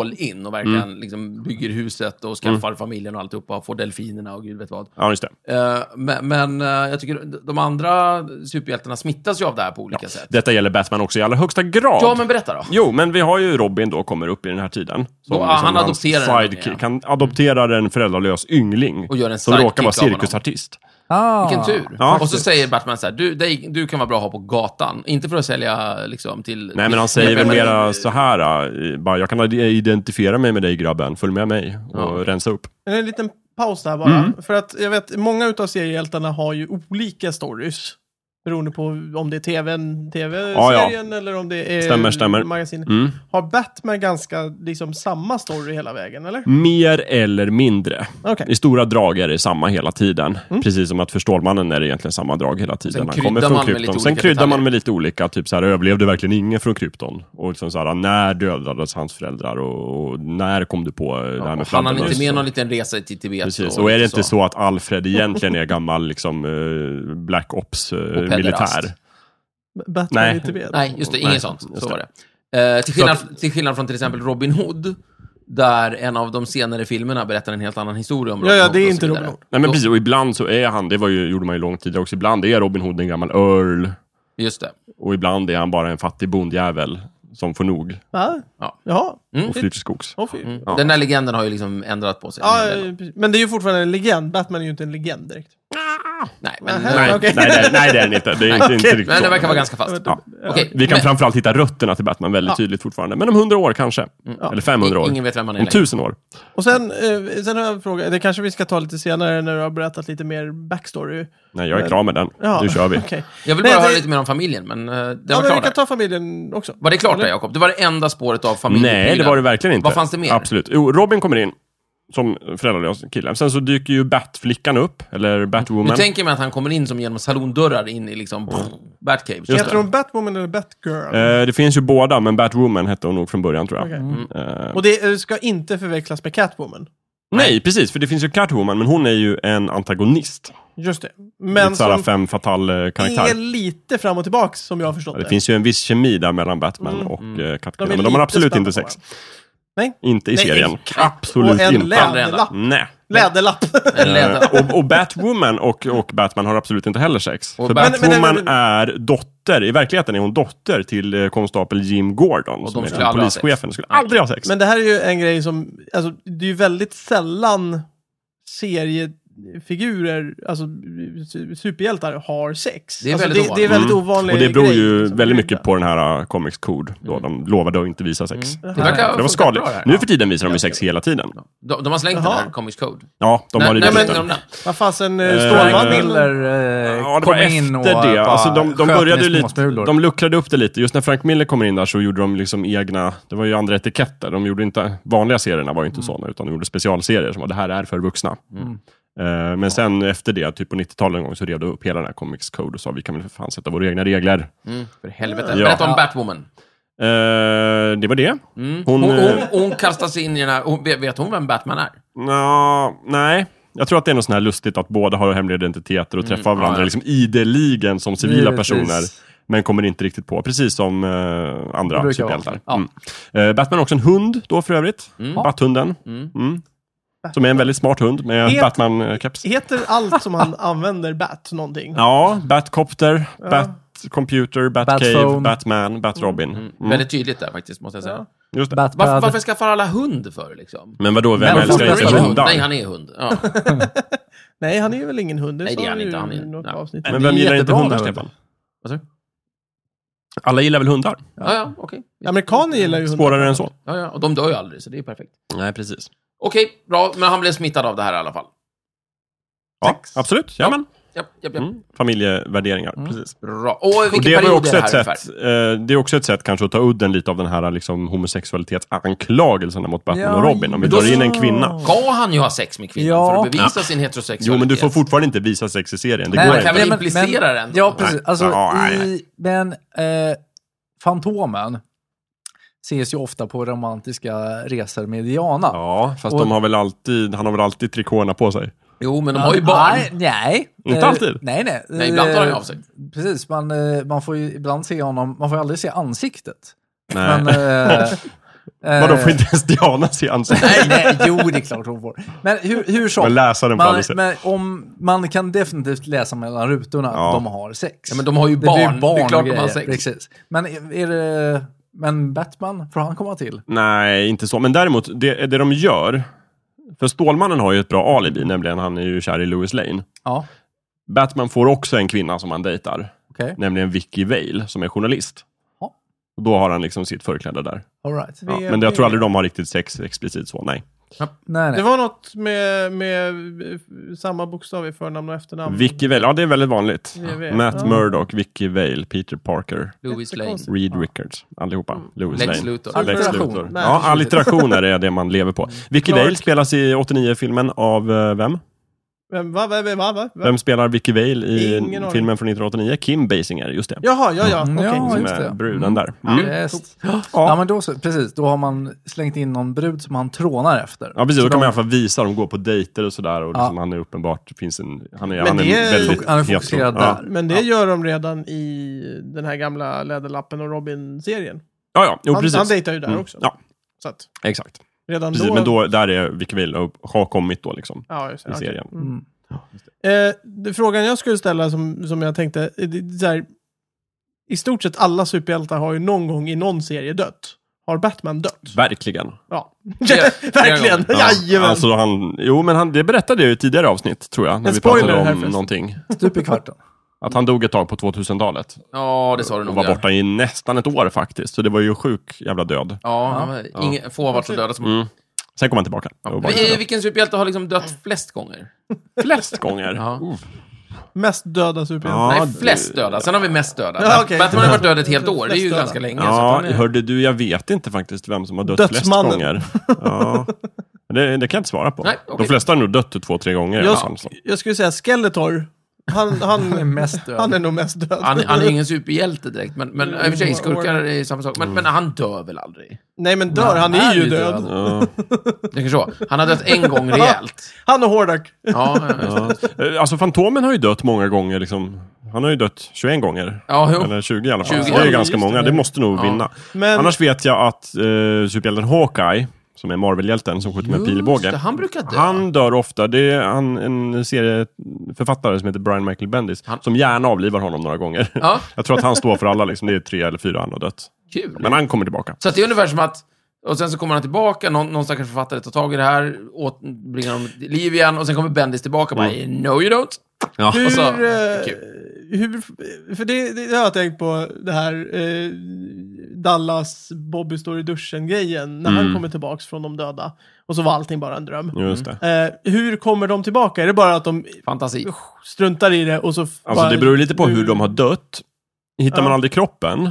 all in och verkligen
Mm.
liksom bygger huset och skaffar familjen och alltihopa och får delfinerna och gud vet vad.
Ja, just det.
Eh, men men eh, jag tycker de andra superhjältarna smittas ju av det här på olika sätt.
Detta gäller Batman också i allra högsta grad.
Ja, men berätta då.
Jo, men vi har ju Robin då, kommer upp i den här tiden. liksom
Då, ah, han
hans
adopterar den,
sidekick.
ja.
Han adopterar en föräldralös yngling.
Och gör en
som råkar vara
sidekick av honom.
cirkusartist.
Ah.
Vilken tur.
Ja.
och så säger Batman så här, du, dig, du kan vara bra att ha på gatan. Inte för att sälja liksom till...
Nej, men han
till-
säger väl
men-
mera så här. eh, Bara, jag kan identifiera mig med dig grabben, följ med mig och
Ja.
rensa upp.
En liten paus där bara.
Mm.
För att jag vet, många utav seriehjältarna har ju olika stories. Beroende på om det är tvn,
Ja,
tv-serien eller om det är
Stämmer, stämmer.
magasinet.
Mm.
Har Batman ganska liksom samma story hela vägen, eller?
Mer eller mindre.
Okej.
Mm. I stora drag är det samma hela tiden. Precis som att för Stålmannen är det egentligen samma drag hela tiden.
Mm. Sen
Han
kryddar
kommer från
man med lite
krypton. Sen
olika
kryddar
detaljer.
man med lite olika. Typ så här, överlevde verkligen ingen från krypton? Och liksom så här, när dödades hans föräldrar? Och, och när kom du på eh, det här med
Han hann inte med
fladdermöss?
någon liten resa till Tibet.
Precis, och är det inte så att Alfred egentligen är gammal liksom, eh, Black
Och pederast.
Ops-militär?
B- Batman
Nej.
är inte med.
Nej, just det.
Nej,
Inget sånt.
just
Så
det.
var det. Eh, till, skillnad, till skillnad från till exempel Robin Hood, där en av de senare filmerna berättar en helt annan historia om
Ja, ja,
Hood
det är
och så
inte
vidare.
Robin Hood.
Nej men
Då-
precis, och ibland så är han, det var ju, gjorde man ju långt tidigare också, ibland är Robin Hood en gammal earl
Just det.
och ibland är han bara en fattig bondjävel som får nog
Va?
Ja.
Jaha.
och flyr till skogs.
Åh, fy.
Mm.
Ja.
Den där legenden har ju liksom ändrat på sig. en
Ja,
hel del.
eh, precis. men det är ju fortfarande en legend. Batman är ju inte en legend direkt.
Nej, men,
Nähä,
Nej,
Okej.
nej, nej, nej, det är den inte. Det är inte, inte riktigt
men det
så.
verkar vara ganska fast.
Ja.
Ja.
Okej,
Vi kan
men-
framförallt hitta rötterna till Batman väldigt
Ja.
tydligt fortfarande. Men om 100 år kanske.
Ja.
Eller 500 år.
Mm. Ingen vet vem han är
Om
längre.
1000 år.
Och sen, eh, sen har jag en fråga. Det kanske vi ska ta lite senare när du har berättat lite mer backstory.
Nej, jag är klar med den.
Ja.
Nu kör vi.
Okej.
Jag vill
Nej,
bara
det-
höra lite mer om familjen, men eh, det
Ja,
var
men vi
klart där.
kan ta familjen också.
Var det klart där, Jakob? Det var det enda spåret av familjen.
Nej, det var det verkligen inte.
Vad fanns det mer?
Absolut. Jo, Robin kommer in som föräldralös kille. Sen så dyker ju Batflickan upp, eller
Nu
Batwoman.
Mm. tänker man att han kommer in som genom salondörrar in i liksom Batcave.
Just
Heter hon Batwoman eller Batgirl?
Eh, det finns ju båda, men Batwoman hette hon nog från början tror jag.
Okej.
Eh,
Och det eh, ska inte förväxlas med Catwoman.
nej, precis, för det finns ju Catwoman, men hon är ju en antagonist.
Just det.
Men
Men
Lite såhär
som
fem fatal eh, karaktär.
är lite fram och tillbaks som jag har förstått
Ja, det finns ju en viss kemi där mellan Batman
Mm.
och
Mm.
mm.
De är
Catwoman. Men de har
lite
absolut
spända
inte
på
sex.
Nej.
Inte i
Nej,
serien.
inte.
Absolut
Och en
inte.
läderlapp.
Nej.
Läderlapp.
En läder.
Eh, och, och Batwoman och, och Batman har absolut inte heller sex.
Och
För
Bat-
Batwoman
Men- men- men-
är dotter, i verkligheten är hon dotter till eh, konstapel Jim Gordon.
de
som är
skulle
den
aldrig ha sex.
polischefen. Skulle aldrig ha sex.
Men det här är ju en grej som, alltså det är ju väldigt sällan seriefigurer, alltså su- superhjältar, har sex.
Det är
alltså,
väldigt
det, det är väldigt
Mm.
ovanligt.
och det beror ju väldigt mycket på den här eh, Comics Code. Då de lovade att inte visa sex.
Mm. Det verkar
Det var
funka
skadligt.
bra det här.
Nu för tiden visar de ju sex hela tiden.
De, de har slängt den
Jaha.
här Comics Code.
Ja, de
nej,
har
nej,
rivit
men,
ut den.
de-
Vad fasen,
Eh,
eh,
Frank
Stålmannen?
Miller eh,
Ja, det var
kom
efter
in och
det.
bara
Alltså, de,
sköt
de
med
började ju lite,
småsmulor.
de luckrade upp det lite. Just när Frank Miller kommer in där så gjorde de liksom egna, det var ju andra
Mm.
etiketter. De gjorde inte, vanliga serierna var ju inte sådana, utan de gjorde specialserier som var det här är för vuxna. Eh, Men sen efter det, typ på 90-talet en gång, så rev de upp hela den här Comics Code och sa vi kan väl för fan sätta våra egna regler.
Mm, för helvete.
Ja.
Berätta om Batwoman.
Eh, det var det.
Mm. Hon,
Hon,
hon,
eh,
hon, kastar sig in i den här... Hon, vet vet hon vem Batman är?
Nå, nej. Jag tror att det är något sånt här lustigt att båda har hemliga identiteter och träffar
ja,
varandra
ja.
liksom ideligen som civila
Givetvis.
personer. Men kommer inte riktigt på, precis som eh,
Det
andra
brukar
superhjältar.
vara.
Mm. Eh, Batman har också en hund då för övrigt. Batthunden.
Mm.
Mm. Som är en väldigt smart hund med
Helt-
Batman-keps.
Heter allt som han använder Bat någonting?
Ja, Batcopter, Batcomputer, Batcave,
Batphone.
Batman, Batrobin.
Mm.
Mm.
Väldigt tydligt där faktiskt, måste jag säga.
Just det.
Batpad.
Varför, varför skaffar alla hund för liksom?
Men vadå, vem
Men
älskar
varför-
inte
är hund?
hundar?
Nej, han är hund. Ja.
Nej, han är ju väl ingen hund. Det
Nej, det
sa
är han
vi
inte.
ju
Han är-
i något
nej.
avsnitt.
Men
Det är
vem gillar inte
jättebra
hundar,
med hund.
Stefan?
Vad sa du?
Alla gillar väl hundar?
Ja, ja, okej.
Amerikaner gillar ju hundar.
Svårare än så.
Ja, ja, och de dör ju aldrig, så det är perfekt.
Nej, precis.
Okej, bra. Men han blev smittad av det här i alla fall.
Ja, Mm. absolut. Jajamän.
Japp, japp, japp.
Mm. Familjevärderingar, precis.
Bra. Och vilken
Och det, var
period
ju också
är det
ett
här
sätt,
ungefär?
eh, det är också ett sätt kanske att ta udden lite av den här liksom, homosexualitetsanklagelserna mot Batman
Ja,
och Robin. Om vi
men
drar
då-
in en kvinna.
Ska han ju ha sex med kvinnan
Ja.
för att bevisa sin heterosexualitet?
Jo, men du får fortfarande inte visa sex i serien. Det
Nej,
går
man
inte.
kan väl
Nej, men-
implicera den?
Ja, precis. Alltså,
Ja, nej, nej.
i, men eh, Fantomen ses ju ofta på romantiska resor med Diana.
Ja, fast
Och-
de har väl alltid, han har väl alltid trikåerna på sig.
Jo, men de har ju barn.
Nej, nej.
Inte
Eh,
alltid.
Nej, nej.
Nej, ibland tar han av sig.
Eh, Precis, man, eh, man får ju ibland se honom, man får ju aldrig se ansiktet.
Nej.
Men, eh, eh,
Vadå, får inte ens Diana se ansiktet?
Nej, nej, jo det är klart hon får. Men hur, hur som.
Men läsaren får
man,
aldrig se.
men om, man kan definitivt läsa mellan rutorna
Ja.
att de har sex.
Ja, men de har ju
det blir
barn. Det är klart de har
barngrejer,
sex.
Precis. Men, är är det, men Batman, får han komma till?
Nej, inte så. Men däremot, det, det de gör... För Stålmannen har ju ett bra alibi, nämligen han är ju kär i Louis Lane.
Ja,
Batman får också en kvinna som han dejtar,
okej.
nämligen Vicky Vale, som är journalist.
Ja.
Och då har han liksom sitt förkläde där.
All right.
Vi-
Ja, men jag tror aldrig de har riktigt sex explicit så, nej.
Nej,
Det
nej.
var något med, med eh, samma bokstav i förnamn och efternamn.
Vicky Vale, ja det är väldigt vanligt.
Jag vet.
Matt
Ja.
Murdock, Vicky Vale, Peter Parker,
Louis Lane.
Jättekonstigt.
Reed Rickards, allihopa. Louis
Lex
Lane.
Luthor.
Lex
Alliteration.
Luthor.
Nej.
Ja, allitterationer är det man lever på. Vicky
Clark.
Vale spelas i 89-filmen av eh, vem?
Vem, va, va, va, va, va?
Vem spelar Vicky Vale i
Ingen aning.
filmen från 1989? Kim Basinger, just det.
Jaha, ja, ja.
Mm,
Okej.
ja.
Som
just
är
det.
bruden där. Mm.
Yes. Ja. men då så, precis. Då har man slängt in någon brud som han trånar efter.
Ja, precis. Då
Så
kan man i
de-
alla fall visa, de går på dejter och sådär. Och
Ja.
liksom, han är uppenbart, finns en, han är,
Men
han är
det är-
väldigt
Han är
hetero.
fokuserad
ja.
där.
Men det gör de redan i den här gamla Läderlappen och Robin-serien.
Ja, ja, jo,
han,
precis.
han dejtar ju där
Mm.
också.
Ja,
Så att
exakt.
redan
Precis,
då...
men då, där är Vicky Vale och har kommit då liksom.
ja, just det,
I
okej.
serien.
Mm.
Mm.
Eh, det, frågan jag skulle ställa som, som jag tänkte, eh, det, det, så här, i stort sett alla superhjältar har ju någon gång i någon serie dött. Har Batman dött?
Verkligen.
Ja,
Flera-
verkligen.
flera
Jajamän.
Alltså han, jo, men han, det berättade jag ju i tidigare avsnitt, tror jag. När
En
vi
spoiler
pratade
här
om
förresten.
någonting.
Stup i kvarten.
Att han dog ett tag på 2000-talet.
Ja, det sa du
Och
nog.
var
ja.
borta i nästan ett år faktiskt. Så det var ju sjuk jävla död.
Ja, han var- ingen, få har varit så döda som
Mm. Sen kom han tillbaka. Och var
Vi-
inte
Vilken superhjälte har liksom dött flest gånger?
död. Flest gånger.
Ja.
Uff.
Mest döda superhjältar.
Ja,
Nej, flest döda. Sen har vi mest döda.
Ja, okej.
Batman har varit död ett helt år. Det är ju
Flest döda.
ganska länge. så att
Ja,
han är...
hörde du, jag vet inte faktiskt vem som har dött
Dödsmannen.
flest gånger. Ja. Det, det kan jag inte svara på.
Nej, okej.
De flesta har nog dött typ två, tre gånger. i alla fall. Så.
Jag skulle säga Skeletor. Han, han,
Han är mest död.
han är nog mest död.
Han, han är ju ingen superhjälte direkt, men, men i och för sig,
Mm.
skurkar är samma sak.
Mm.
Men, men han dör väl aldrig?
Nej men dör, han, är ju död.
Ja.
Jag tänker så. Han har dött en gång rejält.
Han och Hordak.
Ja, ja, ja.
Ja. Eh, Alltså Fantomen har ju dött många gånger. Liksom. Han har ju dött 21 gånger.
ja jo.
Eller 20 i alla fall.
20,
det är ju
ja,
ganska många. Det måste nog
Ja.
vinna.
Men
Annars vet jag att eh, superhjälten Hawkeye, som är Marvel-hjälten som skjuter med
Just det,
pilbåge.
han brukar dö.
Han dör ofta. Det är han, en serieförfattare som heter Brian Michael Bendis,
Han-
som gärna avlivar honom några gånger.
Ja,
Jag tror att han står för alla, liksom. det är tre eller fyra han har dött.
kul.
Men han kommer tillbaka.
Så att det är ungefär som att, och sen så kommer han tillbaka, någon, någon stackars författare tar tag i det här, återbringar honom till liv igen, och sen kommer Bendis tillbaka och bara “No you don't”.
Mm. Ja.
hur...
alltså,
eh,
kul.
hur för det, det har jag tänkt på, det här eh, Dallas Bobby står i duschen-grejen, när
Mm.
han kommer tillbaks från de döda. Och så var allting bara en dröm.
Just det.
Eh, hur kommer de tillbaka? Är det bara att de
Fantasi.
struntar i det och så... f-
Alltså
bara,
det beror ju lite på hur
nu-
de har dött. Hittar
Ja.
man aldrig kroppen,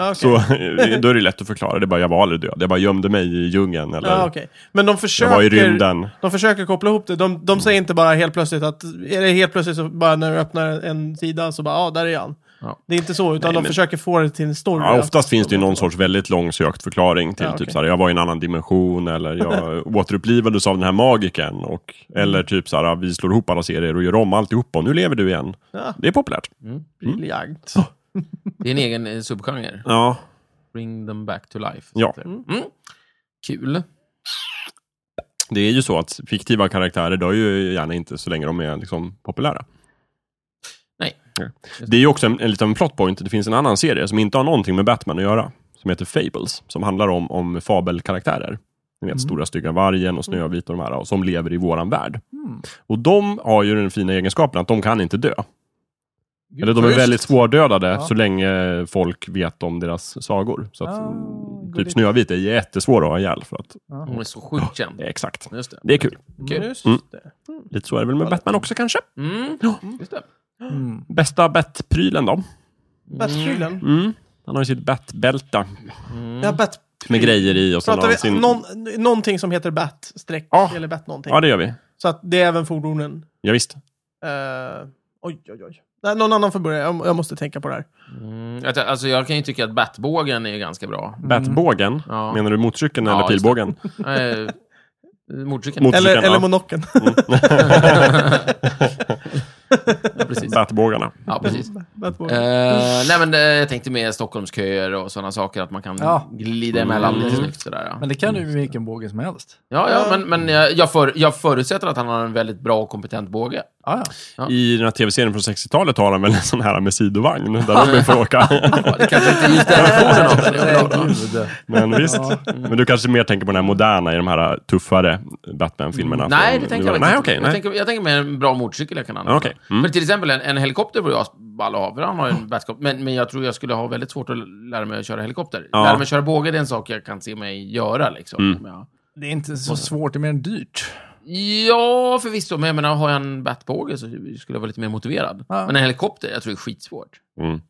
Ah, okej.
Så eh, då är det lätt att förklara. Det är bara, jag var aldrig död. Jag bara gömde mig i djungeln. Eller,
Ja, Ah, okej. Men de
Jag var i
försöker,
rymden.
de försöker koppla ihop det. De, de säger inte bara helt plötsligt att, är det helt plötsligt så bara när du öppnar en sida så bara, ja, ah, där är han.
Ja.
Det är inte så, utan
Nej,
de
men-
försöker få det till en story.
Ja, oftast finns det ju någon sorts väldigt långsökt förklaring till
Ja, okej.
typ så här, jag var i en annan dimension eller jag återupplivades av den här magiken och
Mm.
Eller typ så här, vi slår ihop alla serier och gör om alltihop och nu lever du igen.
Ja.
Det är populärt.
Briljant.
Det är en egen eh, subgenre.
Ja.
Bring them back to life.
Ja.
Mm. Kul.
Det är ju så att fiktiva karaktärer dör ju gärna inte så länge de är liksom populära.
Nej.
Det är ju också en, en liten plot point. Det finns en annan serie som inte har någonting med Batman att göra. Som heter Fables. Som handlar om, om fabelkaraktärer. Ni vet, stora stygga vargen och Snövit och de här. Och som lever i våran värld. Och de har ju den fina egenskapen att de kan inte dö. Eller de är
Just.
väldigt svårdödade
Ja.
så länge folk vet om deras sagor. Så att,
Ah,
mm, typ
gulligt.
Snövit är jättesvår att ha ihjäl. För att,
Hon är så sjukt känd.
exakt.
Just det.
Det är kul.
Kul.
Just
Mm.
det.
Lite så är det väl med Batman också kanske.
Mm. Just det.
Mm.
Bästa Bat-prylen då? Mm.
Batprylen.
Han har ju sitt Bat-bälte
Ja, bat
med grejer i och sen har
Pratar
Mm. han
vi
sin...
någon, någonting som heter bat streck
Ja.
eller bat någonting?
Ja, det gör vi.
Så att det är även fordonen.
Ja, visst.
Mm.
Eh, oj, oj, oj. Nej, någon annan får börja. Jag, jag måste tänka på det här.
Mm. Jag tar- Alltså, jag kan ju tycka att Batbågen är ju ganska bra.
Batbågen?
Ja.
Menar du motorcykeln
Ja,
eller
just det.
pilbågen?
Eh, Motorcykeln.
Mot-
Eller,
kan-
eller
ja.
monocken.
Ja, precis.
Batbågarna.
Ja, precis.
Batbågen.
Eh, nej, men eh, jag tänkte med Stockholmsköer och sådana saker, att man kan
Ja.
glida emellan lite
Mm.
snyggt sådär. Ja,
Men det kan du ju med vilken båge som helst.
ja, ja men, men jag, jag, för, jag förutsätter att han har en väldigt bra och kompetent båge.
Ja, ja.
I den här tv-serien från 60-talet har han väl en sån här med sidovagn där Robin får åka.
Ja, det kanske inte är just den versionen av den. det är bra då.
Herregud.
Men visst.
mm.
Men du kanske mer tänker på den här moderna i de här tuffare Batman-filmerna?
Mm. Nej,
från
det tänker jag
nuvarande-
inte.
Nej, okej.
jag,
nej.
tänker, jag tänker med en bra motorcykel jag kan använda.
Okej, mm.
Men till exempel en, en helikopter vore jag ball att ha, för han har ju en batcop. Men, men jag tror jag skulle ha väldigt svårt att lära mig att köra helikopter.
Ja.
Lära mig att köra båge, det är en sak jag kan se mig göra. Liksom.
Mm.
Ja.
Det är inte så svårt, det är mer än dyrt.
ja, förvisso. Men jag menar, har jag en batbåge så skulle jag vara lite mer motiverad.
Ja.
Men en helikopter, jag tror det är skitsvårt.
Mm.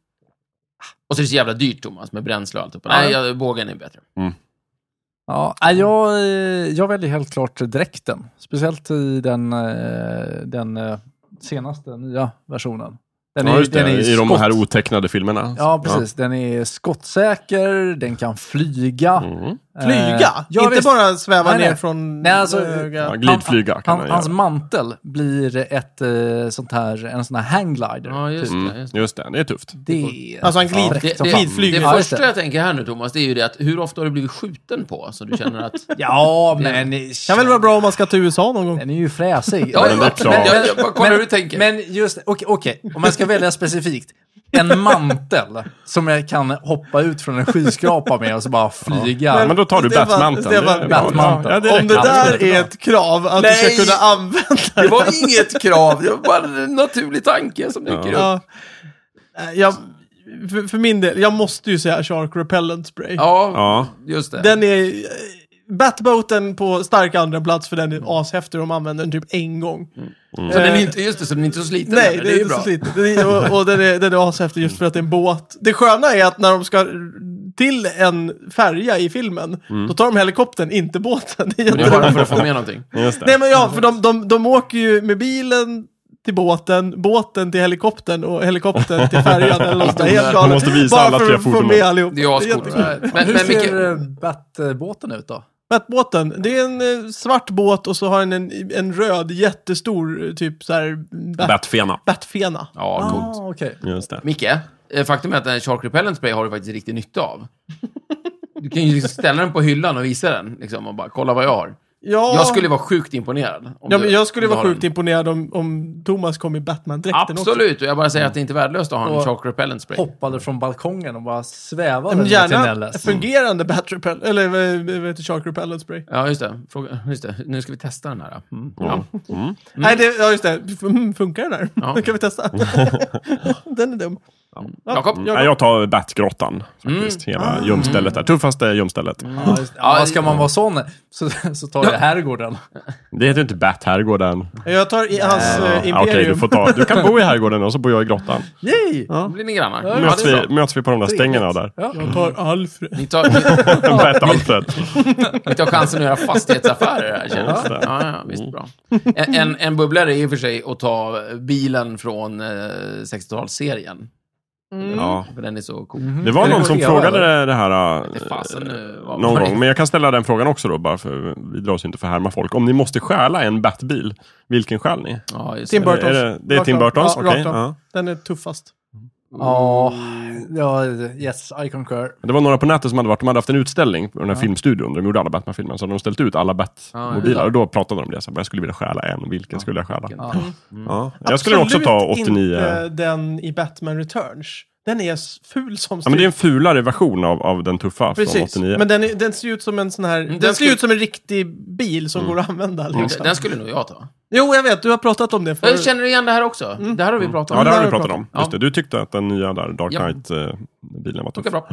Och så är det så jävla dyrt, Thomas, med bränsle och allt.
Ja.
Nej, jag, bågen är bättre.
Ja, nej, jag, eh, jag väljer helt klart dräkten. Speciellt i den, eh, den eh, senaste nya versionen. Den
Ja, just det.
den
I de
skott-
här otecknade filmerna.
Ja, precis. Den är skottsäker, den kan flyga.
Mm.
Flyga?
Eh, ja,
inte
visst.
bara sväva
Nej,
ner
nej.
från
Nej, alltså,
Ja,
höga...
glidflyga kan
Han,
han,
hans
göra.
mantel blir ett, eh, sånt här, en sån här hangglider.
Ja, just det.
Mm.
Just det.
Just det, det är tufft.
det är...
Alltså han glid,
Ja,
Det,
som
det,
fan.
glidflyger.
det
Ja, just
första
det.
jag tänker här nu, Thomas, det är ju det att hur ofta har du blivit skjuten på? Så du känner att...
ja, men...
kan väl vara bra om man ska till USA någon gång.
Den är ju fräsig.
Ja,
men det är
men
klart.
jag, jag bara kollar hur du tänker.
Men just, okej, okej. om man ska välja specifikt. En mantel som jag kan hoppa ut från en skyskrapa med och så bara flyga.
Ja, men då tar du
Stefan-
Batmanteln. Det är
Stefan-
bra.
Batmanteln.
Ja, det
Om det
räcker.
där är ett krav, att du
Nej.
ska kunna använda
det var inget krav, det var bara en naturlig tanke som dyker upp.
Ja. Eh, Jag, för, för min del, jag måste ju säga Shark Repellent Spray.
Ja,
Ja.
just det.
Den är... eh, Batboaten på stark andra plats för den är ashäftig och de använder den typ en gång.
så den är
eh,
inte, just det, så den är inte så sliten
Nej,
heller,
det är inte så lite. Den är- Och, och den är, den är ashäftig just för att det är en båt. Det sköna är att när de ska till en färja i filmen, då tar de helikoptern, inte båten. Det är
Men det är bara
jätteroligt.
för att få med någonting.
Just det.
Nej men ja, för de, de, de åker ju med bilen till båten, båten till helikoptern och helikoptern till färjan eller något sånt där. Helt galet.
måste visa
Bara
alla
för
tre
att få
fordonen.
med allihop.
Det är ascoolt.
jättekul.
Men,
Hur
men
ser
Micke,
eh, Bat-båten ut då?
Vättbåten, det är en eh, svart båt och så har den en, en röd jättestor eh, typ så här bat,
Batfena.
batfena.
ja, coolt.
Ah, okej.
Just det.
Micke, eh, faktum är att den här Shark Repellent Spray har du faktiskt riktig nytta av. Du kan ju liksom ställa den på hyllan och visa den, liksom, och bara kolla vad jag har.
Ja,
Jag skulle vara sjukt imponerad. om
Ah. ja,
du-
men jag skulle
om du
vara
har
sjukt
den.
imponerad om, om Thomas kom i Batman-dräkten också.
Absolut, och jag bara säger att det är inte är värdelöst att ha en
Och-
Shark Repellent Spray.
Hoppade från balkongen och bara svävade
Men
ner till
gärna
Nellas.
Mm.
fungerande bat repell, eller eh, vad heter det, shark repellent spray.
Ja, just det. Fråga, just det. Nu ska vi testa den här. Mm. Ja.
Nej, det, ja just det. F- mm, Funkar den här?
Ja.
Den kan vi testa. den är dum.
Jakob?
Nej, jag tar Batgrottan, faktiskt.
Mm. Ah.
Hela gömstället där. Tuffaste gömstället.
Ja, just, ja, ska man vara sån så, så tar jag herrgården.
Det heter inte
Eh,
Bat-herrgården.
Jag tar i hans eh,
Ja,
imperium.
Okej, du får ta. Du kan bo i herrgården och så bor jag i grottan.
Yay!
Då blir ni grannar. Ja,
Möts
det är
vi,
bra.
möts vi på de där stängerna där.
Jag tar Alfred.
Ni tar, ni,
Bat-Alfred.
ni tar chansen att göra fastighetsaffärer här, känns det. Ja, ja, visst, bra. En, en, en bubblare är ju för sig att ta bilen från eh, 60-talsserien.
Ja. Mm-hmm.
För den är så cool.
Det var
Är det
någon som
Korea,
frågade
eller?
det- det här
Det är
eh,
fasen nu. vad-
någon gång, men jag kan ställa den frågan också då, bara för vi drar oss inte för att härma folk. Om ni måste stjäla en Batbil, vilken stjäl ni?
Ja, just
Tim
det.
Burtons.
Är det, det är Tim
Rakt av.
Burtons?
Ja,
Okej.
rakt av.
ja.
Den är tuffast.
Ja, ja, yes, I concur.
Det var några på nätet som hade varit, de hade haft en utställning på den här filmstudion, där de gjorde alla Batman-filmer, så hade de ställt ut alla Bat-mobilar.
Ja,
och då pratade de om det, så här, jag skulle vilja stjäla en, vilken skulle jag stjäla? Mm.
vilken?
Ja. Jag skulle också
Absolut
ta 89.
inte den i Batman Returns. Den är s- ful som
Ja, men det är en fulare version av, av den tuffa från
Precis,
89.
men den, är, den ser ju ut som en sån här... Den,
Mm, den
ser ju
skulle-
ut som en riktig bil
Mm.
som går att använda. Liksom.
Den- Den skulle nog jag ta.
Jo, jag vet. Du har pratat om det förut.
Jag känner igen det här också. Det här har vi pratat om.
Ja, det har
har
vi
vi
pratat
pratat
om.
om.
Just det,
Ja.
du tyckte att den nya där, Dark
Ja.
Knight-bilen var tuff.
Funkar bra.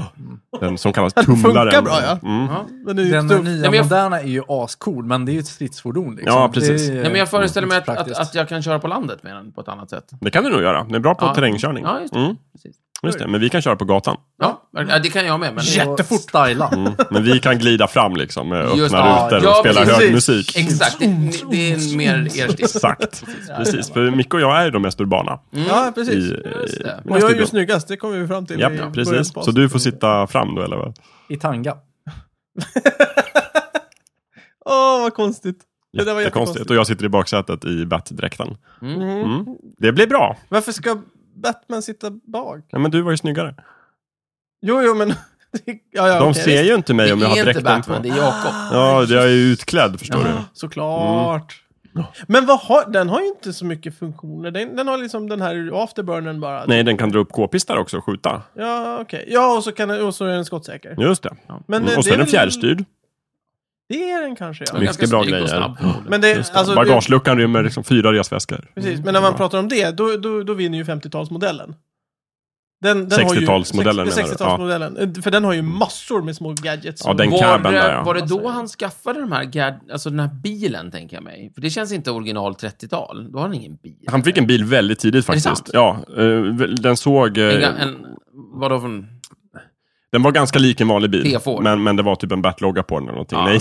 Den som kallas
Den
tumlaren.
funkar bra, ja.
Mm.
Ja.
Den är ju
Den
tuff.
nya
men jag-
moderna är ju ascool, men det är ju ett stridsfordon. Liksom.
Ja, precis.
Det är,
Nej, men jag föreställer mig att, att,
praktiskt.
att jag kan köra på landet med den på ett annat sätt.
Det kan du nog göra. Den är bra på
Ja.
terrängkörning.
Ja, just det.
Mm.
Precis.
Just det, men vi kan köra på gatan.
Ja, ja, det kan jag med. Men
Jättefort! Styla.
Mm. Men vi kan glida fram liksom med öppna
Just det. Ja,
rutor och
ja,
spela
precis.
hög musik.
Exakt. Det, ni- det är mer er stil.
Exakt. Precis, för Micke och jag är ju de mest urbana.
Mm.
Ja, precis.
I,
Just det.
Och jag är ju snyggast, det kommer vi fram till.
Ja,
i början
precis.
på
Så du får sitta fram då, eller vad?
I tanga.
Åh, vad konstigt. Det där var
Jättekonstigt.
jättekonstigt.
Och jag sitter i baksätet i Bat-dräkten. Mm. Det blir bra.
Varför ska Batman sitta bak?
Ja, men du var ju snyggare.
Jo, jo, men... ja, ja,
De
okej,
ser ju inte mig om jag
det
har
är inte
dräkten
Batman,
på. Ah.
det är Jakob.
Ja, jag är ju utklädd förstår du.
visst. Såklart. Men vad har, den har ju inte så mycket funktioner. Den, den har liksom den här afterburnen bara.
Nej, den kan dra upp k-pistar också och skjuta.
Ja, okej. Ja, och så, kan, den- och så är den skottsäker.
Just det.
Men,
Mm.
eh,
Och så
det
är den
väl-
fjärrstyrd.
Det är den kanske, ja.
Mycket
Ganska
bra
snygg och
grejer. Mm.
snabb.
Men det,
Just det. Mm.
alltså,
Bagageluckan rymmer liksom fyra resväskor.
Precis, men när man pratar om det, då, då, då vinner ju 50-talsmodellen. Den, den har ju-
60-talsmodellen, menar du?
60-talsmodellen. För den har ju massor med små gadgets.
Ja,
och-
den
Var,
cabben där
det, var
ja.
det då han skaffade de här gad, alltså den här bilen, tänker jag mig? För det känns inte original 30-tal. Då har han ingen bil.
Han fick en bil väldigt tidigt
det
faktiskt. Ja, eh, den såg... eh,
En, ga- en, vadå för en...
Den var ganska lik en vanlig bil.
T4.
Men, men det var typ en Bat-logga på den eller någonting.
Ja.
Nej,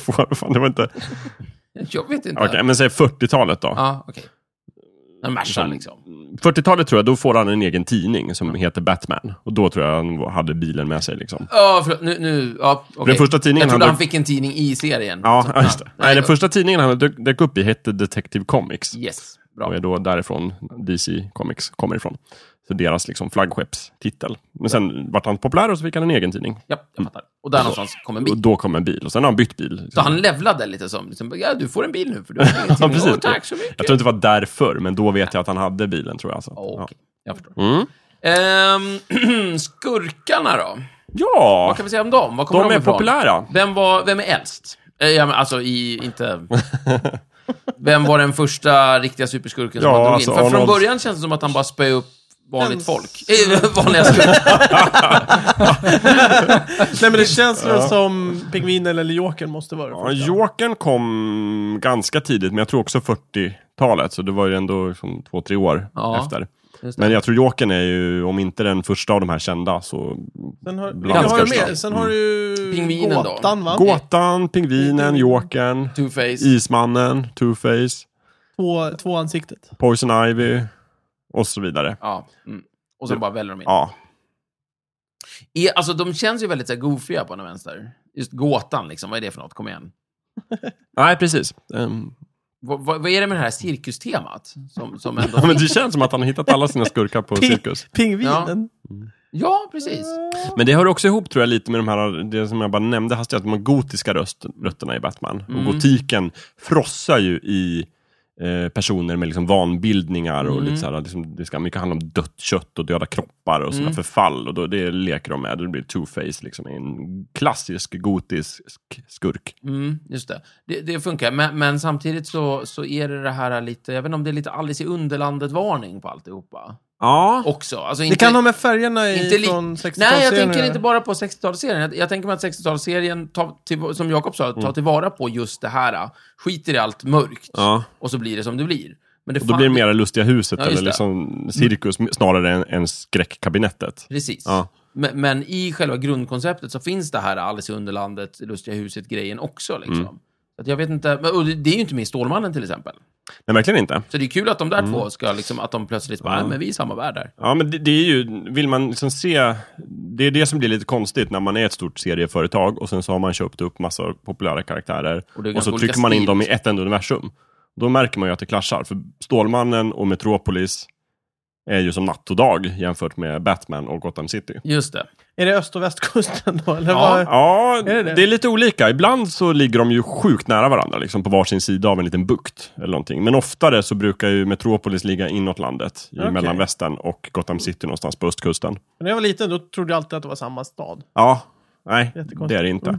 T4. Fan, det var inte... Okej,
Jag vet inte.
men säg 40-talet då.
Ja, okej. En Merca
Mm.
liksom.
40-talet tror jag, då får han en egen tidning som heter Batman. Och då tror jag han hade bilen med sig liksom.
Ja, förlåt. Nu, nu, ja, okej.
Den första tidningen
jag trodde
han-
han fick en tidning i serien.
Ja,
Så-
ja, just det. Nej, den
då-
första tidningen han dök, dök upp i hette Detective Comics.
Yes,
Och
bra.
är då därifrån DC Comics kommer ifrån. Så deras liksom flaggskeppstitel. Men sen vart han populär och så fick han en egen tidning.
Ja, jag fattar. Och där någonstans kom en
Och
bil.
då kom en bil och sen har han bytt bil. liksom.
Så han levlade lite som, liksom, ja du får en bil nu för du har en
Ja,
tidning.
precis.
Åh, tack så mycket.
Jag tror inte det var därför, men då vet jag att han hade bilen tror jag. alltså. Så.
Okej,
Ja.
jag förstår.
Mm.
Ehm, skurkarna då?
ja,
Vad kan vi säga om dem? Vad kommer
de är
ifrån?
populära.
Vem, var, vem är äldst? Eh, ja, men alltså i, inte... Vem var den första riktiga superskurken som
Ja,
han drog
alltså
in? För från
Arnold-
början känns det som att han bara spöade upp vanligt
Ens-
folk. Eh, vanliga skurkar.
Nej, men det känns väl som pingvinen eller jokern måste vara det
Ja,
första.
Jokern kom ganska tidigt, men jag tror också 40-talet, så det var ju ändå liksom två, tre år
Ja,
efter.
just det.
Men jag tror Jokern är ju, om inte den första av de här kända, så
Sen har, vilka
Bland
har du
största.
med? Sen har du ju...
Mm. Pingvinen då?
Gåtan, va?
Gåtan, Pingvinen, Jokern,
Two-face.
Ismannen, Two-Face,
Två, två ansiktet.
Poison Ivy och så vidare.
Ja. Mm. Och så bara väljer de in.
Ja,
Är, alltså, de känns ju väldigt så här, goofiga på den vänster. Just gåtan, liksom. Vad är det för något? Kom igen.
nej precis. Ehm,
Vad, vad, vad är det med det här cirkustemat? Som, som ändå
ja, men det känns som att han har hittat alla sina skurkar på
Ping-
cirkus.
Pingvinen?
Ja, precis.
Men det hör också ihop tror jag lite med de här, det som jag bara nämnde hastigt, de här gotiska röst, rötterna i Batman.
Mm.
Och gotiken frossar ju i eh, personer med liksom vanbildningar
Mm.
och lite så här, liksom, det ska mycket handla om dött kött och döda kroppar och
Mm.
sådana förfall. Och då, det leker de med, det blir two-face, liksom, en klassisk gotisk sk- skurk.
Mm, just det. det. Det funkar. Men, men samtidigt så, så är det det här lite, jag vet inte om det är lite Alice i Underlandet-varning på alltihopa.
Ja.
också. Alltså
Det
inte,
kan ha med färgerna i,
inte li-
från 60-talsserien
Nej, jag tänker
att
inte
göra.
bara på 60-talsserien. Jag, jag tänker mig att 60-talsserien, tar till, som Jakob sa,
Mm.
tar tillvara på just det här. äh, Skiter i allt mörkt
ja.
och så blir det som det blir. Men det
Och då
fan-
blir det mera Lustiga huset
Ja, just
eller
det.
liksom cirkus snarare än, än skräckkabinettet.
Precis.
Ja.
Men, men i själva grundkonceptet så finns det här Alice i Underlandet, Lustiga huset-grejen också. Liksom.
Mm.
Så Att jag vet inte, men, och det- det är ju inte med Stålmannen till exempel.
Nej, verkligen inte.
Så det är kul att de där
Mm.
två ska, liksom, att de plötsligt bara,
Ja.
"Nej, men vi är i samma värld där.
Ja, men det, det är ju, vill man liksom se, det är det som blir lite konstigt när man är ett stort serieföretag och sen så har man köpt upp massa populära karaktärer
Och
och,
det är ganska
så
olika
trycker man in
stil,
dem i
liksom.
ett enda universum. Då märker man ju att det klaschar, för Stålmannen och Metropolis är ju som natt och dag jämfört med Batman och Gotham City.
Just det.
Är det öst och västkusten då? Eller
Ja.
vad?
Ja,
Är det
det,
det?
är lite olika. Ibland så ligger de ju sjukt nära varandra, liksom på varsin sida av en liten bukt. Eller någonting. Men oftare så brukar ju Metropolis ligga inåt landet, i
Okej.
mellanvästern och Gotham City någonstans på östkusten.
När jag var liten då trodde jag alltid att det var samma stad.
Ja, nej,
Jättekonstigt.
det är det inte.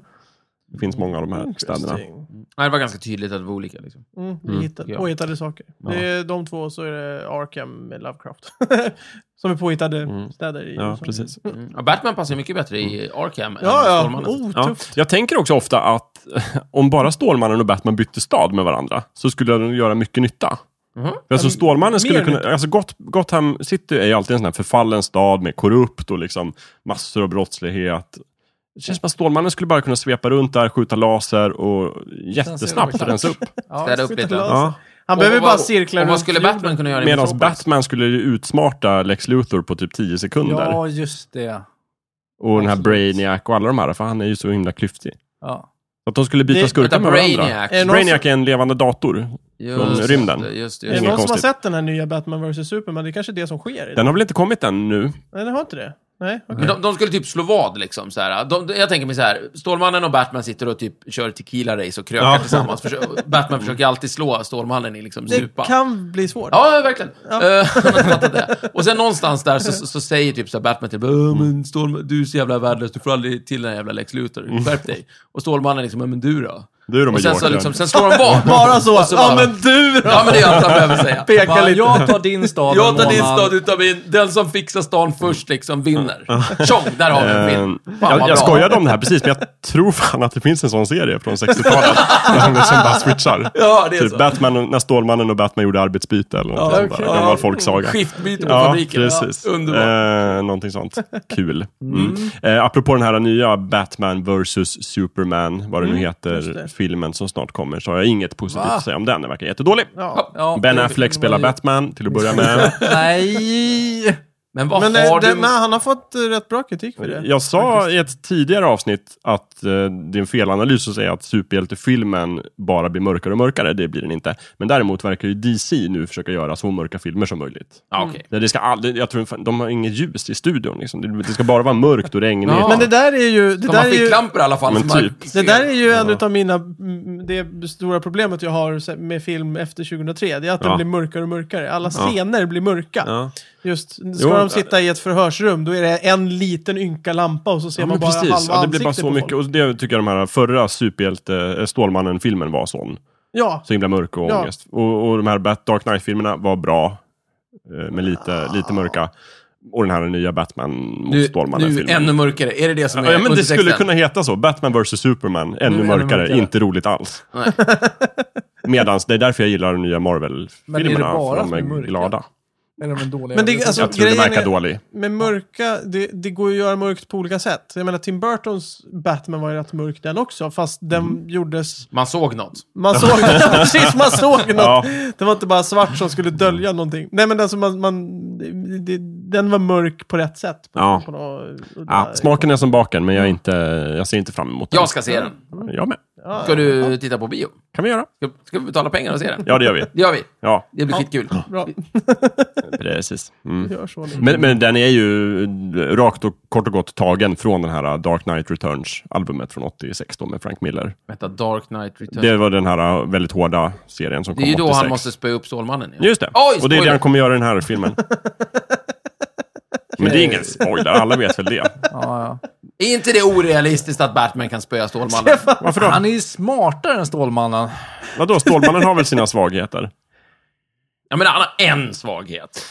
Det finns många av de här städerna.
Interesting.
Nej, det var ganska tydligt att det var olika. Liksom.
Mm, vi
Mm.
hittade,
Ja.
påhittade saker.
Ja.
Det är de två och så är det Arkham med Lovecraft. som är påhittade
Mm.
städer i.
Ja,
USA.
precis.
Mm. Ja, Batman passar ju mycket bättre i Arkham
Mm. Ja,
än
ja.
Stålmannen.
Oh,
Ja.
tufft.
Jag tänker också ofta att om bara Stålmannen och Batman bytte stad med varandra så skulle de göra mycket nytta.
Mhm.
Alltså
Ja, mer
Stålmannen skulle kunna...
nytta.
Alltså Got, Gotham City är ju alltid en sån här förfallen stad med korrupt och liksom massor av brottslighet. Det känns som att Stålmannen skulle bara kunna svepa runt där, skjuta laser och jättesnabbt
Sen ser det
rensa upp.
Ja,
Städa upp lite.
Ja.
Ja.
Han behöver
Och vad-
bara cirkla
och vad
runt
skulle
jorden.
Batman kunna göra i
Medan
Metropolis?
Batman skulle ju utsmarta Lex Luthor på typ 10 sekunder.
ja, just det.
Och den här
Absolut.
Brainiac och alla de här, för han är ju så himla klyftig.
Ja.
Att de skulle byta
Det-
skurkar med
Vänta,
varandra.
Brainiac.
Är det någon
Brainiac är en levande dator.
Just
från
det,
rymden.
Just,
Är
det,
det
just.
Inget
någon som har
Mm. konstigt.
sett den här nya Batman vs. Superman? Det är kanske är det som sker i den.
Den Mm. har väl inte kommit än nu?
Nej, den har inte det. Nej, okej.
Men de, de skulle typ slå vad liksom. Så här. De, jag tänker mig så här, Stålmannen och Batman sitter och typ kör tequila-race och krökar
Ja.
tillsammans. Försö- Batman försöker alltid slå Stålmannen i liksom
Det
supa.
kan bli svårt.
Ja, ja, verkligen. Ja. det. Och sen någonstans där så, så, så säger typ så här Batman typ "Äh,
Mm.
men Stålman, du är så jävla värdelös, du får aldrig till den här jävla Lex Luthor. Skärp dig. Och Stålmannen liksom, "Äh, men du då?
Du är de
Och
med
sen, så
Yorker.
liksom, sen slår de vad.
Bara så.
Och så
Alltså, ja,
bara-
men du då!
Ja, men det är allt han behöver säga.
Peka
Bara,
lite.
jag tar din stad
Jag
en
tar din
månad.
stad utav min. Den som fixar stan först liksom vinner. Tjong, där har vi en film.
Eh,
Fan, vad
jag,
bra.
jag skojade om det här precis, men jag tror fan att det finns en sån serie från 60-talet. där de liksom bara switchar.
Ja, det är
Typ
så.
Batman, och- när Stålmannen och Batman gjorde arbetsbyte eller något
Ja,
sånt
okej.
där. Gammal
Ja.
folksaga.
Skiftbyte på
Ja,
fabriken.
precis.
Ja, underbart.
Eh, någonting sånt. Kul. Mm. Eh, apropå den här nya Batman vs Superman, vad det nu
just
heter,
det.
filmen som snart kommer, så har jag inget positivt
Va?
att säga om den. Den verkar jättedålig.
Ja.
Ja,
ben
det-
Affleck
det var
spelar
ju-
Batman till att börja med.
Nej!
Men vad
Men eh,
har
den,
du...
nej, han har fått eh, rätt bra kritik för det.
Jag sa i ett tidigare avsnitt att eh, det är en felanalys att säga att superhjältefilmen bara blir mörkare och mörkare. Det blir den inte. Men däremot verkar ju DC nu försöka göra så mörka filmer som möjligt.
Ja, okej.
Det det ska aldrig, jag tror fan, de har inget ljus i studion. Liksom. Det, det ska bara vara mörkt och regnigt.
Ja.
Men det där är ju... Det
Ska
där
man
är ju
ficklampor i alla fall?
Men
så man
typ.
det
ser?
där är ju en utav mina, mm, det stora problemet jag har se- med film efter 2003, det är att de
Ja.
blir mörkare och mörkare. Alla scener blir mörka.
Ja.
Just, ska
Jo,
de sitta i ett förhörsrum, då är det en liten ynka lampa och så ser
Ja,
man
men
bara
precis.
halva
Ja, det blir bara
ansiktet
så
på
mycket.
folk.
Och det tycker jag de här förra superhjälte, eh, Stålmannen-filmen var sån.
Ja,
Så himla mörk och
Ja.
ångest. Och, och de här Bat- Dark Knight-filmerna var bra, eh, men lite, lite mörka. Och den här nya Batman mot
Nu,
Stålmannen-filmen.
nu ännu mörkare. Är det det som är
Ja, men det skulle
undertexten?
kunna heta så. Batman vs Superman, ännu
ännu
mörkare,
mörkare.
inte roligt alls.
Nej.
Medans, det är därför jag gillar de nya
Men är det
Marvel-filmerna,
bara
för de
som
är
är mörka?
glada.
Eller de är dåliga
Men det-
översättningar.
alltså-
Jag tror det
grejen
verkar
är-
dålig.
men mörka, det, det går ju att göra mörkt på olika sätt. Jag menar Tim Burtons Batman var ju rätt mörk den också, fast den
Mm.
gjordes...
Man såg något.
Man såg, precis, man såg något.
Ja. Mm.
Det var inte bara svart som skulle dölja någonting. Nej men alltså man, man det, den var mörk på rätt sätt. På,
Ja.
på något,
Ja, smaken är som baken, men jag, är inte, jag ser inte fram emot den.
Jag ska se den.
Jag med.
Ja,
Ska du titta på bio?
kan vi göra.
Ska, ska vi betala pengar och se den?
Ja, det gör vi.
Det gör vi.
Ja,
Det blir
Ja.
skitkul.
Bra,
precis. Mm.
vi gör så nu.
Men, men den är ju rakt och kort och gott tagen från den här Dark Knight Returns-albumet från 86 då med Frank Miller.
Vänta, Dark Knight Returns.
Det var den här väldigt hårda serien som
Det är
kom
ju
86.
då han måste spöa upp Stålmannen. ja.
Just det.
Oj,
och det är det
spoiler.
han kommer göra i den här filmen. Men det är ingen spoiler, alla vet väl det.
Ja, ja.
Är inte det orealistiskt att Batman kan spöa Stålmannen?
Varför då?
Han är ju smartare än Stålmannen.
Vadå, Stålmannen har väl sina svagheter?
Ja, men han har en svaghet.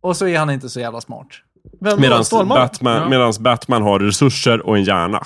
Och så är han inte så jävla smart.
Vem
Medan
Stålman?
Batman,
Ja.
medans Batman har resurser och en hjärna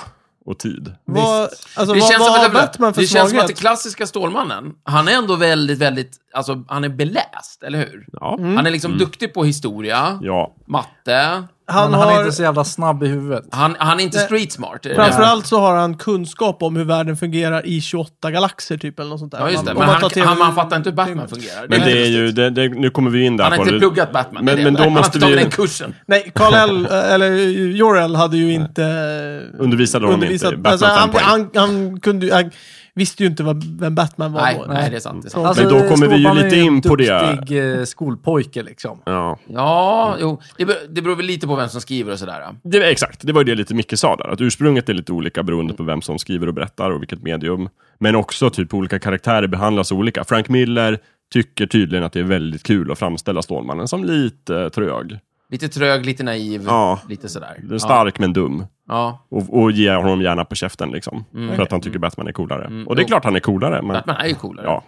och tid.
Vad, alltså,
Det
vad,
känns,
vad
som,
har
att det-
Batman för
det känns som att
svaghet?
den klassiska Stålmannen, han är ändå väldigt, väldigt, alltså han är beläst, eller hur?
Ja.
Mm.
Mm.
Han är liksom duktig på historia,
ja.
matte,
Han
men han är
har,
inte så jävla snabb i huvudet.
han, han är inte
Nej.
street smart. är det det?
framförallt så har han kunskap om hur världen fungerar i 28 galaxer typ, eller något sånt där.
Ja, just det.
Om
Men
man
han,
tar
han,
TV
man fattar inte hur Batman fungerar.
Men
är
det är
konstigt.
ju, det, det, nu kommer vi in där
Mm. han har
på
inte
det.
pluggat Batman. det är
Men-
det.
men då
han har
måste
inte tagit
vi-
den kursen.
Nej, Karl L, eh, eller Jorel hade ju inte eh,
Undervisade honom
undervisat.
inte i
alltså,
Batman
han,
fem
han, han, kunde, ju- han visste ju inte vad, vem Batman var
Nej,
då.
nej, det är sant. Det är sant.
Alltså,
Men då kommer vi ju
Stålmannen
lite
är ju en
in på det.
duktig eh, skolpojke liksom.
Ja.
Ja, jo. Det, be- det beror väl lite på vem som skriver och sådär.
Det, var- exakt, det var ju det lite Micke sa där. Att ursprunget är lite olika beroende på vem som skriver och berättar och vilket medium. Men också typ olika karaktärer behandlas olika. Frank Miller tycker tydligen att det är väldigt kul att framställa Stålmannen som lite trög.
Lite trög, lite naiv,
Ja.
lite sådär.
Det är Stark men dum.
Ja.
Och, och ger honom gärna på käften liksom. För att han tycker Batman är coolare. Och det är
Mm. jo.
klart han är coolare. Men,
Batman är ju coolare.
ja.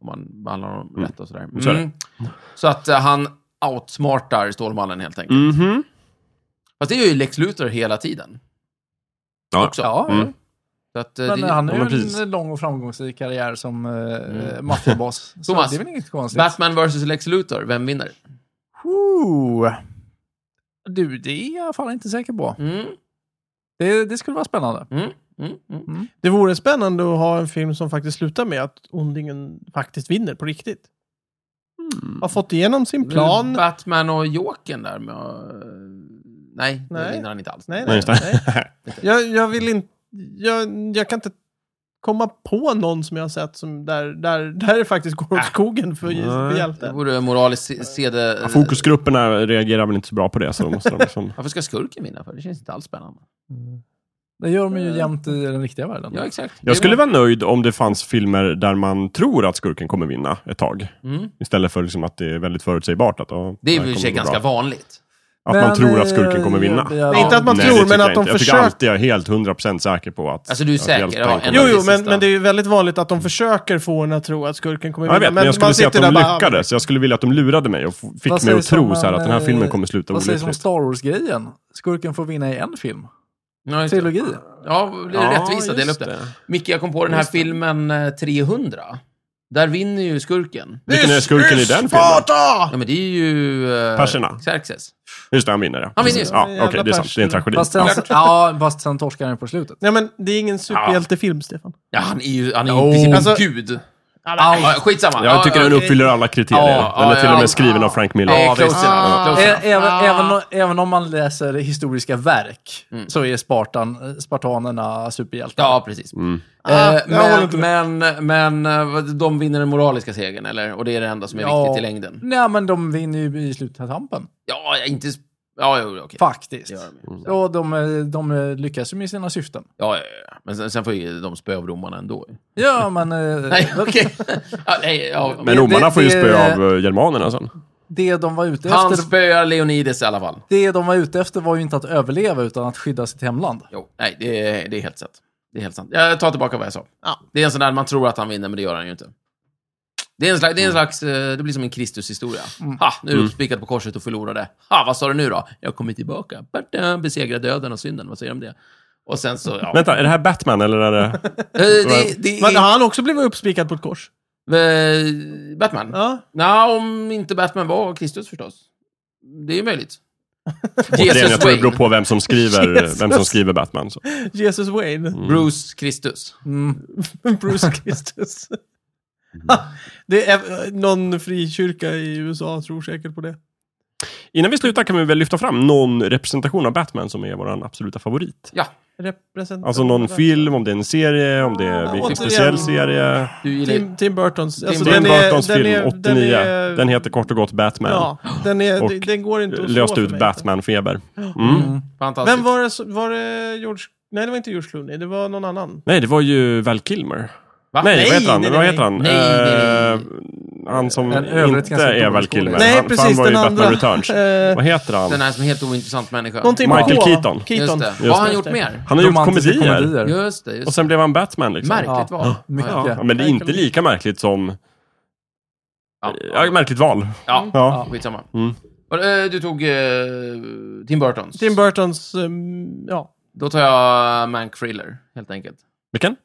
Om man behandlar honom rätt och sådär.
Så är det.
Mm. Så att eh, han outsmartar Stålmannen helt enkelt.
Mhm.
Fast det är ju Lex Luthor hela tiden.
Ja.
Också.
Ja,
Mm.
Så att, eh,
Men
det,
han
ja, men
har ju
precis. Mm.
en lång och framgångsrik karriär som eh, maffiabas. Så
Thomas,
det är väl inget konstigt.
Batman vs Lex Luthor, vem vinner?
Ooh. Du, det är jag i alla fall inte säker på.
Mm,
Det, det skulle vara spännande.
mm, mm, mm.
Det vore spännande att ha en film som faktiskt slutar med att ondingen faktiskt vinner på riktigt.
Hmm.
Har fått igenom
Mm.
sin plan.
Batman och Jokern där med... eh, Nej, det
Nej.
vinner han inte alls.
Nej,
Nej,
nej,
just
nej.
det.
Jag, jag vill inte... Jag, jag kan inte komma på någon som jag har sett som där, där, där det faktiskt går åt skogen för, för
Nej.
Det
hjälten.
vore moraliskt se- sede...
Fokusgrupperna reagerar väl inte så bra på det, så då måste de liksom...
Varför ska skurken vinna för? Det känns inte alls spännande.
Det gör de ju jämt i den riktiga världen.
Ja, exakt. Det är
Jag skulle
bra.
vara nöjd om det fanns filmer där man tror att skurken kommer vinna ett tag.
Mm.
Istället för liksom att det är väldigt förutsägbart. Att, ja,
Det är
här
väl i och
kommer
för sig
gå bra.
ganska vanligt.
Att
Men,
man tror att
eh,
skurken kommer vinna.
det är-
Nej, inte att man
Nej, det
tror,
tycker
men
jag
att de
inte. Jag tycker
försöker.
alltid jag är helt 100% säker på att...
Alltså, du är
att
säker,
hjälten
ja,
kommer
en-
Jo,
vinna.
jo,
sista.
men, men det är ju väldigt vanligt att de försöker få en att tro att skurken kommer
Ja, jag vet, men jag skulle
man
se att
sitter
de
där bara,
lyckades. Jag skulle vilja att de lurade mig och f-
Vad
fick mig att
sägs om
tro så här
en,
att den här
eh,
filmen kommer sluta
Vad sägs om
olyckligt.
Star Wars-grejen? Skurken får vinna i en film.
Ja, just det.
Trilogi.
Ja, det är rättvist att dela upp det. Micke, jag kom på den här filmen eh, 300. Där vinner ju skurken.
Vilken är skurken i den filmen?
Ja, men det är ju... eh,
Perserna.
Xerxes.
Just det, han vinner det.
Han vinner ju.
Ja, okej, det är sant. Det är en tragedi.
Fast sen, ja, fast sen torskar han ju på slutet.
Nej, men det är ingen superhjältefilm, Stefan.
Ja, han är ju, han är ju i princip
Alltså-
gud. Ja, skitsamma.
Jag tycker
ja,
den
ja,
uppfyller alla kriterier.
Ja,
Den
ja,
är till och
ja.
med skriven av Frank Miller.
Ja,
Ja,
close
visst.
enough. Close
Ä-
enough.
Även,
Ah.
även, o- även om man läser historiska verk
Mm.
så är Spartan, eh, spartanerna superhjältar.
Ja, precis.
Mm.
Ah,
Eh,
jag håller inte
men, men, men eh, vad- de vinner den moraliska segern, eller? Och det är det enda som är
Ja.
viktigt i längden.
Nej, men de vinner ju i sluttampen,
Ja, jag inte... Ja, jo, okej.
faktiskt.
Det gör de ju.
Mm.
Och de, eh, de eh, lyckas ju med sina syften.
Ja, ja, ja. Men sen, sen får ju de spö av romarna ändå.
Ja, men eh,
Nej, okej. ja, nej, ja,
Men
det-
romarna får ju
det-
spö av eh, germanerna sen.
det, de var ute
han
efter,
spöar Leonides i alla fall.
det de var ute efter var ju inte att överleva, utan att skydda sitt hemland.
Jo, nej, det, är- det är helt sant. Det är helt sant. Jag tar tillbaka vad jag sa.
Ja.
Det är en sån där man tror att han vinner, men det gör han ju inte. Det är en slags, det, är en slags, eh, det blir som en Kristushistoria. Ha, nu är du uppspikad på korset och förlorade. Ha, vad sa du nu då? Jag kommer tillbaka. Bada, Besegra döden och synden. Vad säger du om det? Och sen så, ja.
Vänta, är det här Batman eller är det...
Eh, det, det
Men
är...
har han också blivit uppspikad på ett kors?
Eh, Batman?
Ja.
Nja, om inte Batman var Kristus förstås. Det är ju möjligt.
Återigen, jag
Jesus
tror det beror
Wayne.
på vem som skriver,
Jesus.
vem som skriver Batman. Så.
Jesus Wayne.
Mm.
Bruce Kristus.
Mm.
Bruce Christus.
Mm.
det är, någon frikyrka i USA tror säkert på det.
Innan vi slutar kan vi väl lyfta fram någon representation av Batman som är vår absoluta favorit.
Ja,
Representant.
Alltså någon film, om det är en serie, om det är
återigen.
en speciell serie.
du gillar ju...
Tim, Tim Burtons. Alltså,
Tim
den är-
Burtons
den är-
film, 89.
Den, är,
Den heter kort och gott Batman.
ja, den, är,
Och
den- den går inte att slå
Löst
för
ut
mig.
Batman-feber. Mm.
Fantastiskt.
Vem var det som- Var det George... Nej, det var inte George Clooney. Det var någon annan.
Nej, det var ju Val Kilmer.
Va?
Nej, vad
Nej,
heter han?
nej,
Vad
nej.
heter han?
Nej, nej,
Eh, Han som
En övrigt
inte
ganska
är
dålig
Val Kilmer.
skådespelare.
Nej,
han, för
precis,
han var ju
den andra.
Batman Returns.
Eh,
vad heter han?
Den här som är helt ointressant människa.
Någonting
Michael
med K, va?
Keaton.
Keaton.
Just det.
Just
Vad har han
det.
gjort mer?
Han har gjort
Romantiska
komedier.
Just det. Just
Och
det.
sen blev han Batman liksom.
Märkligt
Ja.
val.
Mycket.
Ja,
Ja, men det är inte lika märkligt som...
ja.
Ja, märkligt val.
ja.
Ja.
skitsamma.
Mm.
Var det, eh, Du tog eh, Tim Burtons.
Tim Burtons, ehm, ja.
Då tar jag Mank Thriller, helt enkelt.
Vilken?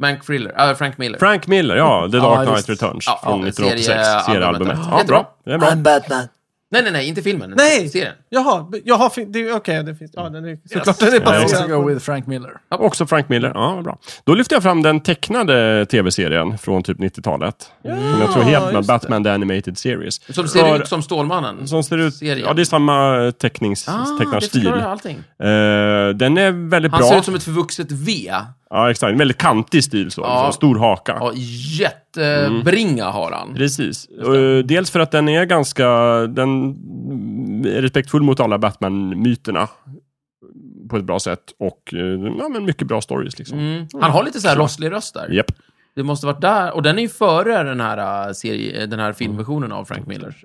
Mank Thriller, äh, Frank Miller.
Frank Miller, ja. The Dark
Ja,
Knight
visst.
Returns
Ja, eh,
från
ja,
1986.
seriealbumet.
Seriealbumet. Ja,
Jättebra.
bra. Det är bra.
Batman.
Nej, nej, nej, inte filmen.
Nej!
Serien.
Jaha, b- jaha fin- det- okej, det finns. Ja, den är såklart. Den är
Ja,
Let's
baserad.
go
på-
with Frank Miller.
Också Frank Miller. Ja, bra. Då lyfter jag fram den tecknade tv-serien från typ 90-talet. Som jag tror helt med
just
Batman The Animated Series.
Som ser
För-
ut som Stålmannen.
Som ser ut...
Serien.
Ja, det är samma tecknings,
Ah, det
tecknarstil.
förklarar allting.
Eh, den är väldigt
Han
bra.
ser ut som ett förvuxet V.
Ja, exakt. En väldigt kantig stil så.
Ja.
så stor haka.
Ja, jättebringa har
Mm.
han.
Precis. Eh, Dels för att den är ganska... Den är respektfull mot alla Batman-myterna. På ett bra sätt. Och eh, ja, men mycket bra stories liksom. Mm.
Mm. Han har lite så här rosslig röst där.
Japp.
Det måste varit där. Och den är ju före den här, äh, serie,
Mm.
den här filmversionen av Frank Millers.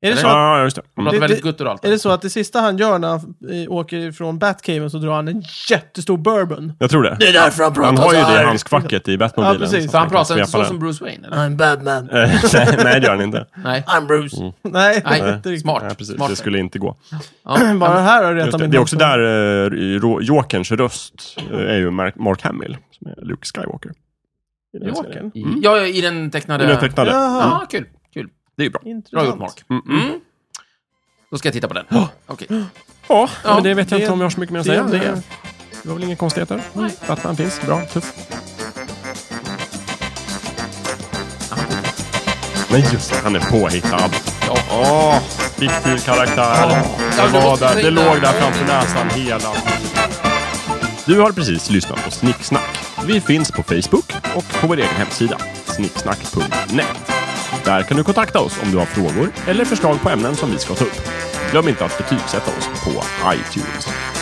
Är det så att
Ja, just det.
Han
Mm.
pratar
Det-
väldigt
det-
gutturalt.
Är det så att det sista han gör när han eh, åker från Batcaven så drar han en jättestor bourbon?
Jag tror det.
är därför
Han har ju
Alltså,
det i
här.
handskvacket i Batmobilen.
Ja, precis.
För han
kan
pratar
svepa
inte så
den.
som Bruce Wayne, eller?
I'm Batman.
Eh, Nej, det gör han inte.
Nej.
I'm Bruce.
Nej,
Nej,
inte riktigt.
smart.
Nej, precis.
smart.
Det skulle inte gå.
Ja.
Bara det här har retat
Just det.
min
det är också
hals.
där eh, Ro- Jokerns röst eh, är ju Mark Mark Hamill, som är Luke Skywalker. I den
Jokern?
serien.
Mm. Ja, ja, i den tecknade...
Den är tecknade. Mm.
Jaha,
Ja, kul. kul.
Det är ju bra.
Bra gjort,
intressant.
Mark.
Mm, mm.
Mm. Då ska jag titta på den. Okej.
Ja,
Ja,
men det vet jag
det-
inte om jag har så mycket mer att
det-
säga. Det,
det-
det var väl inga konstigheter. Batman finns, bra, tuff. Men just det, han är påhittad.
Ja.
Åh, fiktiv karaktär.
Ja,
det,
du
var
måste
där,
säga-
det låg där framför näsan hela tiden. Du har precis lyssnat på Snicksnack. Vi finns på Facebook och på vår egen hemsida, snicksnack.net. Där kan du kontakta oss om du har frågor eller förslag på ämnen som vi ska ta upp. Glöm inte att betygsätta oss på iTunes.